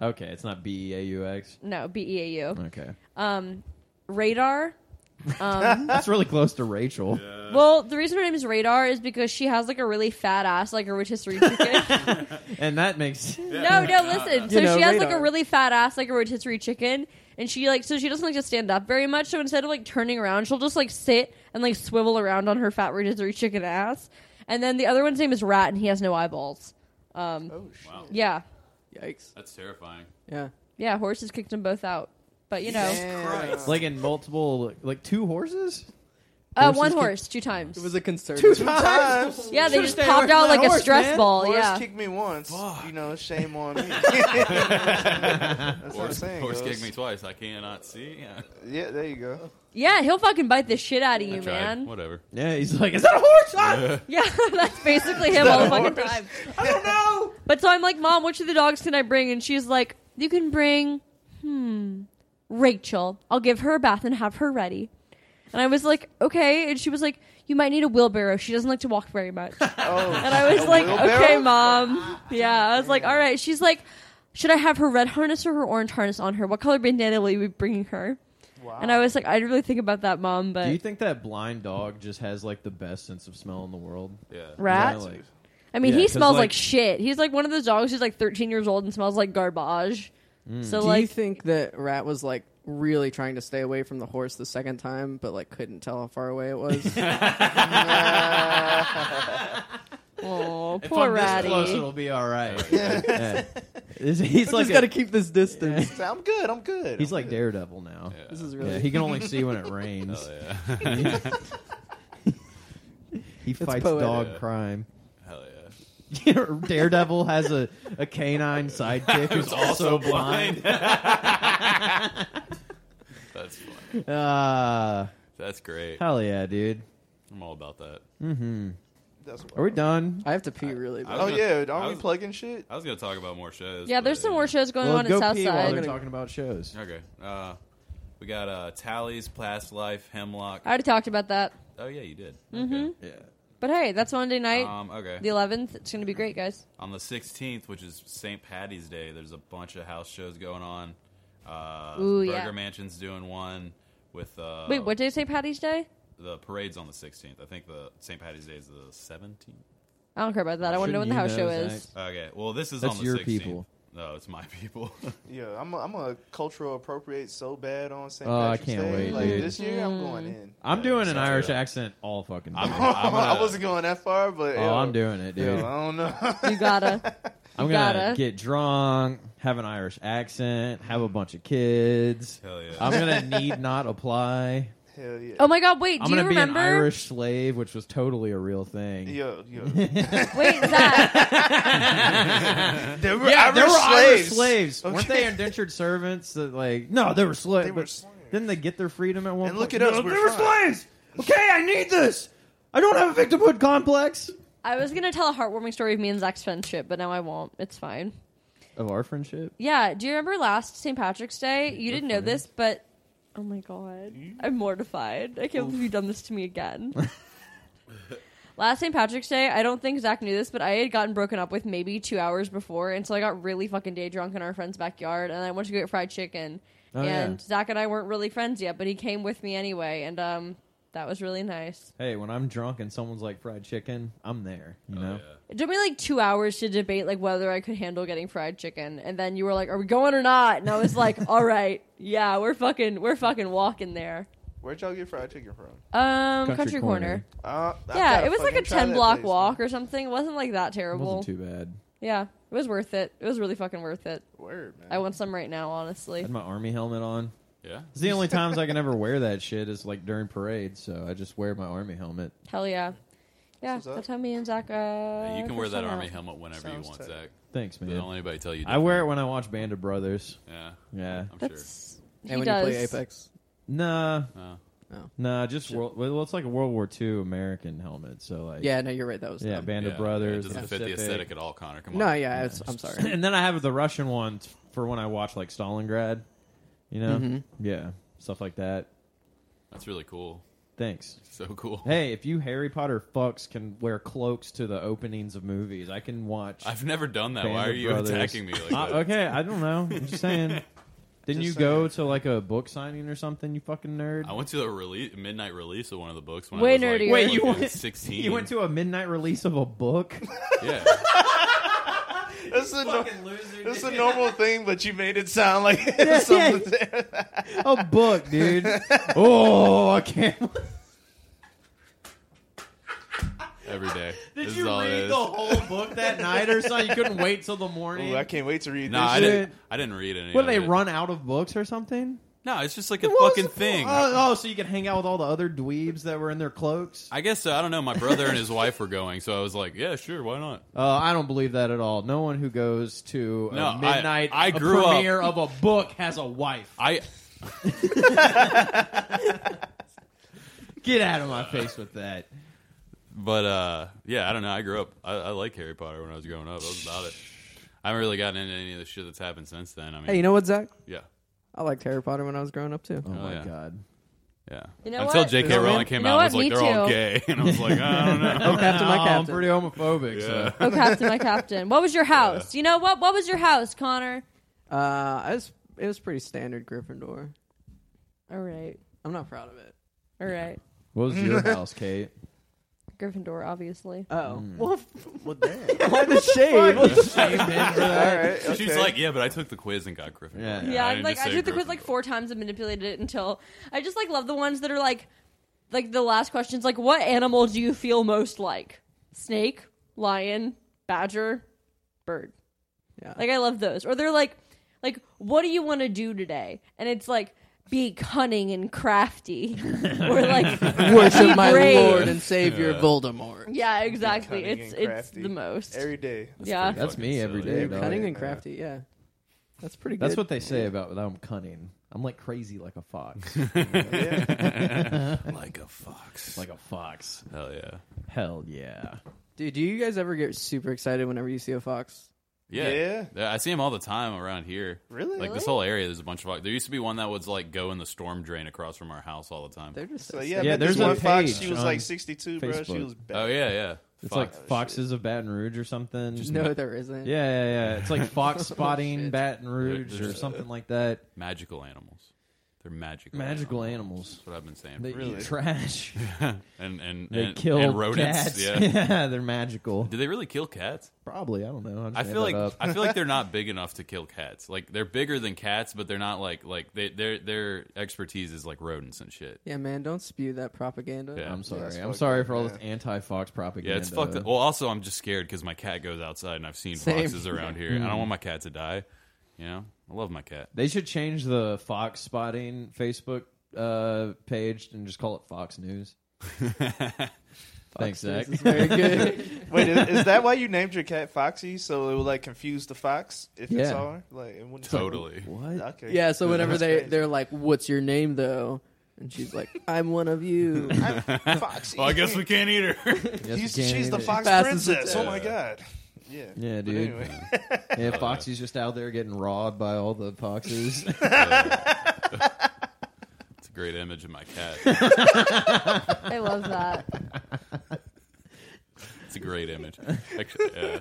Okay, it's not B E A U X.
No, B E A U.
Okay,
Um, Radar. Um,
that's really close to Rachel.
Uh.
well, the reason her name is Radar is because she has like a really fat ass, like a rich history chicken.
And that makes
No, no, listen. So
know,
she has like a
radar.
really fat ass, like a rotisserie chicken, and she like so she doesn't like to stand up very much. So instead of like turning around, she'll just like sit and like swivel around on her fat rotisserie chicken ass. And then the other one's name is Rat, and he has no eyeballs. Um,
oh shit.
Wow.
yeah,
Yikes.
That's terrifying.
Yeah.
yeah, horses kicked them both out, but you know,
Christ.
like in multiple, like two horses.
uh, one
horses
horse two times.
It was a conservative.
times.
yeah, they
Should've
just
stayed away
popped
from
out
that
like a
horse,
stress
man.
ball.
Horse
yeah,
kicked me once.
Fuck.
You know, shame on me. That's what I'm
Horse,
saying.
horse
goes.
kicked me twice. I cannot see. Yeah.
Yeah, there you go.
yeah, he'll fucking bite the shit out of you,
I tried.
man.
Whatever.
Yeah, he's like, is that a horse? Ah!
Yeah, that's basically him all the fucking
horse?
time.
I don't know.
But so I'm like, Mom, which of the dogs can I bring? And she's like, You can bring, hmm, Rachel. I'll give her a bath and have her ready. And I was like, Okay. And she was like, You might need a wheelbarrow. She doesn't like to walk very much.
Oh,
And I was like,
wheelbarrow?
Okay, Mom. Yeah. I was like, All right. She's like, Should I have her red harness or her orange harness on her? What color bandana will you be bringing her?
wow.
And I was like, I didn't really think about that, Mom. But
Ah! Do you think that blind dog just has like the best sense of smell in the world?
Yeah.
rat.
Yeah, like-
I mean,
Yeah,
he
'cause,
smells like,
like-
shit. He's like one of those dogs who's like 13 years old and smells like garbage. So
Mm.
Do
like,
you think that Rat was like really trying to stay away from the horse the second time, but like couldn't tell how far away it was?
Oh,
If
poor
I'm
Ratty.
this close, it'll be all right. Yeah. He's- He's like,
He's got to
a-
keep this distance.
So I'm good. I'm good.
he's
I'm
like Daredevil now.
Yeah.
This is
Yeah,
really.
he can only see when it rains.
Hell yeah.
He fights
poetic.
dog
Yeah.
crime.
Hell yeah.
Daredevil has a, a canine sidekick who's also blind.
That's fun.
Uh,
That's great.
hell yeah, dude. Mm-hmm.
I'm all about that.
good. That's what-
Are we done?
I have to pee really bad.
I
Oh
was-
yeah,
I
aren't we
was-
plugging shit?
I was gonna talk about more shows.
yeah, there's
but-
some more shows going
Well,
on
go
at
pee while they're
Southside.
talking about shows.
Okay. Uh, we got uh, Tallies, Past Life, Hemlock.
I already talked about that.
oh yeah, you did.
Mm-hmm.
Okay.
Yeah.
But hey, that's Monday night,
Oh,
Um, okay.
the 11th. It's going to be great, guys.
on the 16th, which is St. Patty's Day, there's a bunch of house shows going on. Uh,
Ooh,
Burger
yeah.
Mansion's doing one with uh,
Wait, what day say Patty's Day?
the parade's on the 16th. I think the St. Patty's Day is the 17th.
I don't care about that. I want to know when the house
Shouldn't you
show
know,
is.
Zach?
Okay. Well, this is
That's
on the
your
16th.
people.
No, it's my people.
Yeah, I'm. A, I'm a cultural appropriate so bad on St.
Oh, I
Patrick's
can't
Day.
wait,
like,
dude.
This year,
Mm.
I'm going in.
I'm
Yeah,
doing an
so-
Irish accent all fucking
I'm,
time.
I'm gonna,
I wasn't going that far, but
Oh,
yo,
I'm doing it, dude.
yo, I don't know.
You gotta.
I'm
You
gonna
gotta.
get drunk, have an Irish accent, have a bunch of kids.
Hell yeah.
I'm gonna need not apply.
Hell yeah.
Oh my god, wait, do
I'm
you
gonna be
remember?
an Irish slave, which was totally a real thing.
Yo, yo.
Wait, Zach.
There were
Yeah,
Irish
there were
slaves.
Irish slaves.
Okay.
Weren't they indentured servants? That like no, they were slaves.
They were
but
slaves.
Didn't they get their freedom at one
And
point?
look at
no,
us,
They
we're
were
fine.
slaves. Okay, I need this. I don't have a victimhood complex
I was gonna tell a heartwarming story of me and Zach's friendship, but now I won't. It's fine.
of our friendship.
Yeah, do you remember last St. Patrick's Day? You didn't know this, but oh my god, I'm mortified. I can't believe you've done this to me again. last St. Patrick's Day, I don't think Zach knew this, but I had gotten broken up with maybe two hours before, and so I got really fucking day drunk in our friend's backyard, and I went to go get fried chicken.
Oh,
and
yeah.
Zach and I weren't really friends yet, but he came with me anyway, and um, that was really nice.
Hey, when I'm drunk and someone's like fried chicken, I'm there. You know.
It took me like two hours to debate like whether I could handle getting fried chicken, and then you were like, "Are we going or not?" And I was like, "All right, yeah, we're fucking, we're fucking walking there."
Where'd y'all get fried chicken from?
Um,
Country
country,
Corner.
corner.
Uh, I've
Yeah,
gotta
it was like
fucking
a
try
ten
that
block
place,
walk
man.
or something. It wasn't like that
It
terrible.
wasn't too bad.
yeah, it was worth it. It was really fucking worth it.
Word, man.
I want some right now,
I
honestly.
had my army helmet on.
Yeah.
It's the only times I can ever wear that shit is like during parades, so I just wear my army helmet.
Hell yeah, yeah.
What's up?
That's how me and Zach. Uh,
you can wear
first
that
hung
army
out.
helmet whenever you
Sounds
want,
tight.
Zach.
Thanks, man.
Don't let anybody tell you.
I wear it when I watch Band of Brothers.
different. Yeah,
Yeah.
I'm sure.
That's he
and when
does.
you play Apex,
Nah,
Oh.
nah, just world, well, it's like a World War II American helmet. So like,
yeah, no, you're right. That was
yeah,
dumb.
Band
Yeah,
of Brothers.
It doesn't fit the
Pacific.
aesthetic at all, Connor. Come on.
No, yeah, it's, I'm sorry.
And then I have the Russian one t- for when I watch like Stalingrad. You know,
Mhm.
yeah, stuff like that.
That's really cool.
Thanks.
So cool.
Hey, if you Harry Potter fucks can wear cloaks to the openings of movies, I can watch.
I've never done that.
Band
Why are
of
you
Brothers.
attacking me like that?
Uh, okay, I don't know. I'm just saying. Didn't you
Just
go to like a book signing or something? You fucking nerd.
I went to the release, midnight release of one of the books when
Way
I was like,
nerdier.
Wait, you
fucking
went-
16.
You went to a midnight release of a book.
Yeah.
That's a, no-
loser.
that's a normal thing, but you made it sound like
yeah.
something.
a book, dude. oh, I can't.
Every day.
Did
This
you
is all it
read
is.
the whole book that night or something? You couldn't wait till the morning.
Ooh, I can't wait to read
No, I
this.
didn't. I didn't read any.
what
of
they
it.
run out of books or something?
No, it's just like a
What was
fucking
the-
thing.
Oh, oh, so you could hang out with all the other dweebs that were in their cloaks?
I guess so. I don't know. My brother and his wife were going, so I was like, "Yeah, sure, why not?"
Uh, I don't believe that at all. No one who goes to a
No, I-
midnight
I
a
grew up-
premiere of a book has a wife.
I
Get out of my face with that.
But uh, yeah, I don't know. I grew up. I, I like Harry Potter when I was growing up. I was about it. I haven't really gotten into any of the shit that's happened since then. I mean,
Hey, you know what, Zach?
yeah,
I liked Harry Potter when I was growing up too.
Oh, my
yeah.
god.
yeah.
You know
Until
what?
J.K.
You know
Rowling
what?
came
You know
out, and was
what?
like,
Me
"They're all
too.
gay," and I was like, "I don't know."
Oh, captain, my
Oh, I'm
captain.
pretty homophobic. So.
Oh, captain, my captain. What was your house? You know what? What was your house, Connor?
Uh, I was, it was pretty standard Gryffindor.
All right,
I'm not proud of it.
all right.
What was your house, Kate?
Gryffindor, obviously.
Oh, well,
Well, damn.
why the shade?
All right. Okay.
She's like, "Yeah, but I took the quiz and got Gryffindor."
Yeah.
Yeah, I
didn't
like
just
I
say
took the quiz like
Gryffindor.
four times and manipulated it until I just like love the ones that are like like the last questions like what animal do you feel most like? Snake, lion, badger, bird.
Yeah.
Like I love those. Or they're like like what do you want to do today? And it's like be cunning and crafty. or like
Worship
be
my
brave.
Lord and Savior Voldemort.
Yeah, exactly.
cunning
It's
and
it's
crafty.
the most.
every day.
yeah.
That's
Fucking
me every
silly.
day.
You're
dog.
cunning and crafty. Yeah, that's pretty good.
That's what they say about that I'm cunning. I'm like crazy like a fox.
Yeah.
like a fox.
like a fox.
Hell yeah.
Hell yeah.
Dude, do you guys ever get super excited whenever you see a fox?
Yeah.
Yeah.
I see him all the time around here.
Really?
Like this whole area, there's a bunch of fox. There used to be one that would like go in the storm drain across from our house all the time.
They're just
So, yeah,
Yeah,
yeah
there's
there's
a
one fox.
page
She was
on
like 62, bro. She
Facebook.
was bad.
oh yeah, yeah.
It's
Fox.
like foxes of Baton Rouge or something.
no, there isn't.
Yeah, yeah, yeah. It's like fox spotting
Shit.
Baton Rouge
They're-
or something like that.
magical animals. They're magical.
Magical animals.
That's what I've been saying.
They
for
eat
Really?
trash.
and and
They
and,
kill
and rodents.
cats.
Yeah.
they're magical.
Do they really kill cats?
Probably. I don't know. I, just
I
made
feel like
that up.
I feel like they're not big enough to kill cats. Like they're bigger than cats, but they're not like like they their their expertise is like rodents and shit.
Yeah, man, don't spew that propaganda.
Yeah.
I'm sorry.
it's
I'm
fucked
sorry
up,
for all
yeah.
this anti-fox propaganda.
Yeah, it's fucked
uh,
up. Well, also I'm just scared because my cat goes outside and I've seen
Same.
foxes around here. I don't want my cat to die. You know, I love my cat.
They should change the fox spotting Facebook uh, uh, page and just call it Fox News. Thanks, Zach.
This is very good.
Wait, is, is that why you named your cat Foxy? So it would like confuse the fox if it
Yeah.
saw her? Like it wouldn't
totally.
What?
Okay.
yeah. So whenever
That's
they
crazy.
they're like, "What's your name, though?" and she's like, "I'm one of you."
I'm Foxy.
Well, I guess we can't eat her.
Yes,
He's,
you can.
she's the fox
Fastest
princess. Oh
attack.
my god. Yeah.
Yeah,
But
dude.
anyway,
Yeah, Foxy's just out there getting robbed by all the foxes.
It's a great image of my cat.
I love that.
It's a great image. Actually, yeah.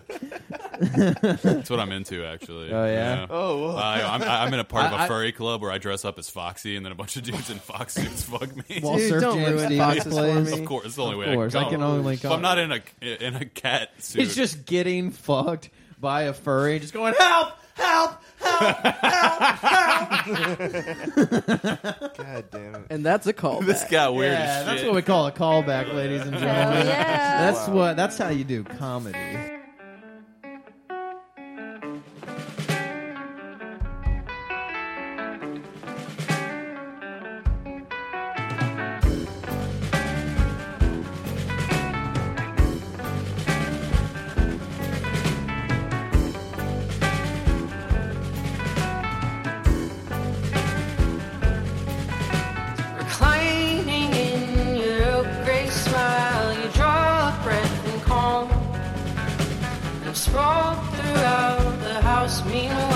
That's what I'm into, actually.
Oh, yeah?
Oh, whoa.
I, I'm, I'm in a part of
I-
a
I-
furry club where I dress up as Foxy, and then a bunch of dudes in fox suits fuck me.
While
Dude,
Surf
don't
Jam
ruin
Stevens
foxes for
plays.
me.
Of course, it's the only way
Of course,
I
I
can go.
can only
if
call.
I'm not in a in a cat suit,
He's just getting fucked by a furry, just going help, help.
god damn it.
and that's a call.
this got weird.
yeah,
as
that's
shit.
what we call a callback, ladies and
Hell
gentlemen.
yeah.
That's what. That's how you do comedy.
Reclining in your oak gray smile, you draw breath and calm. And sprawl throughout the house, meanwhile.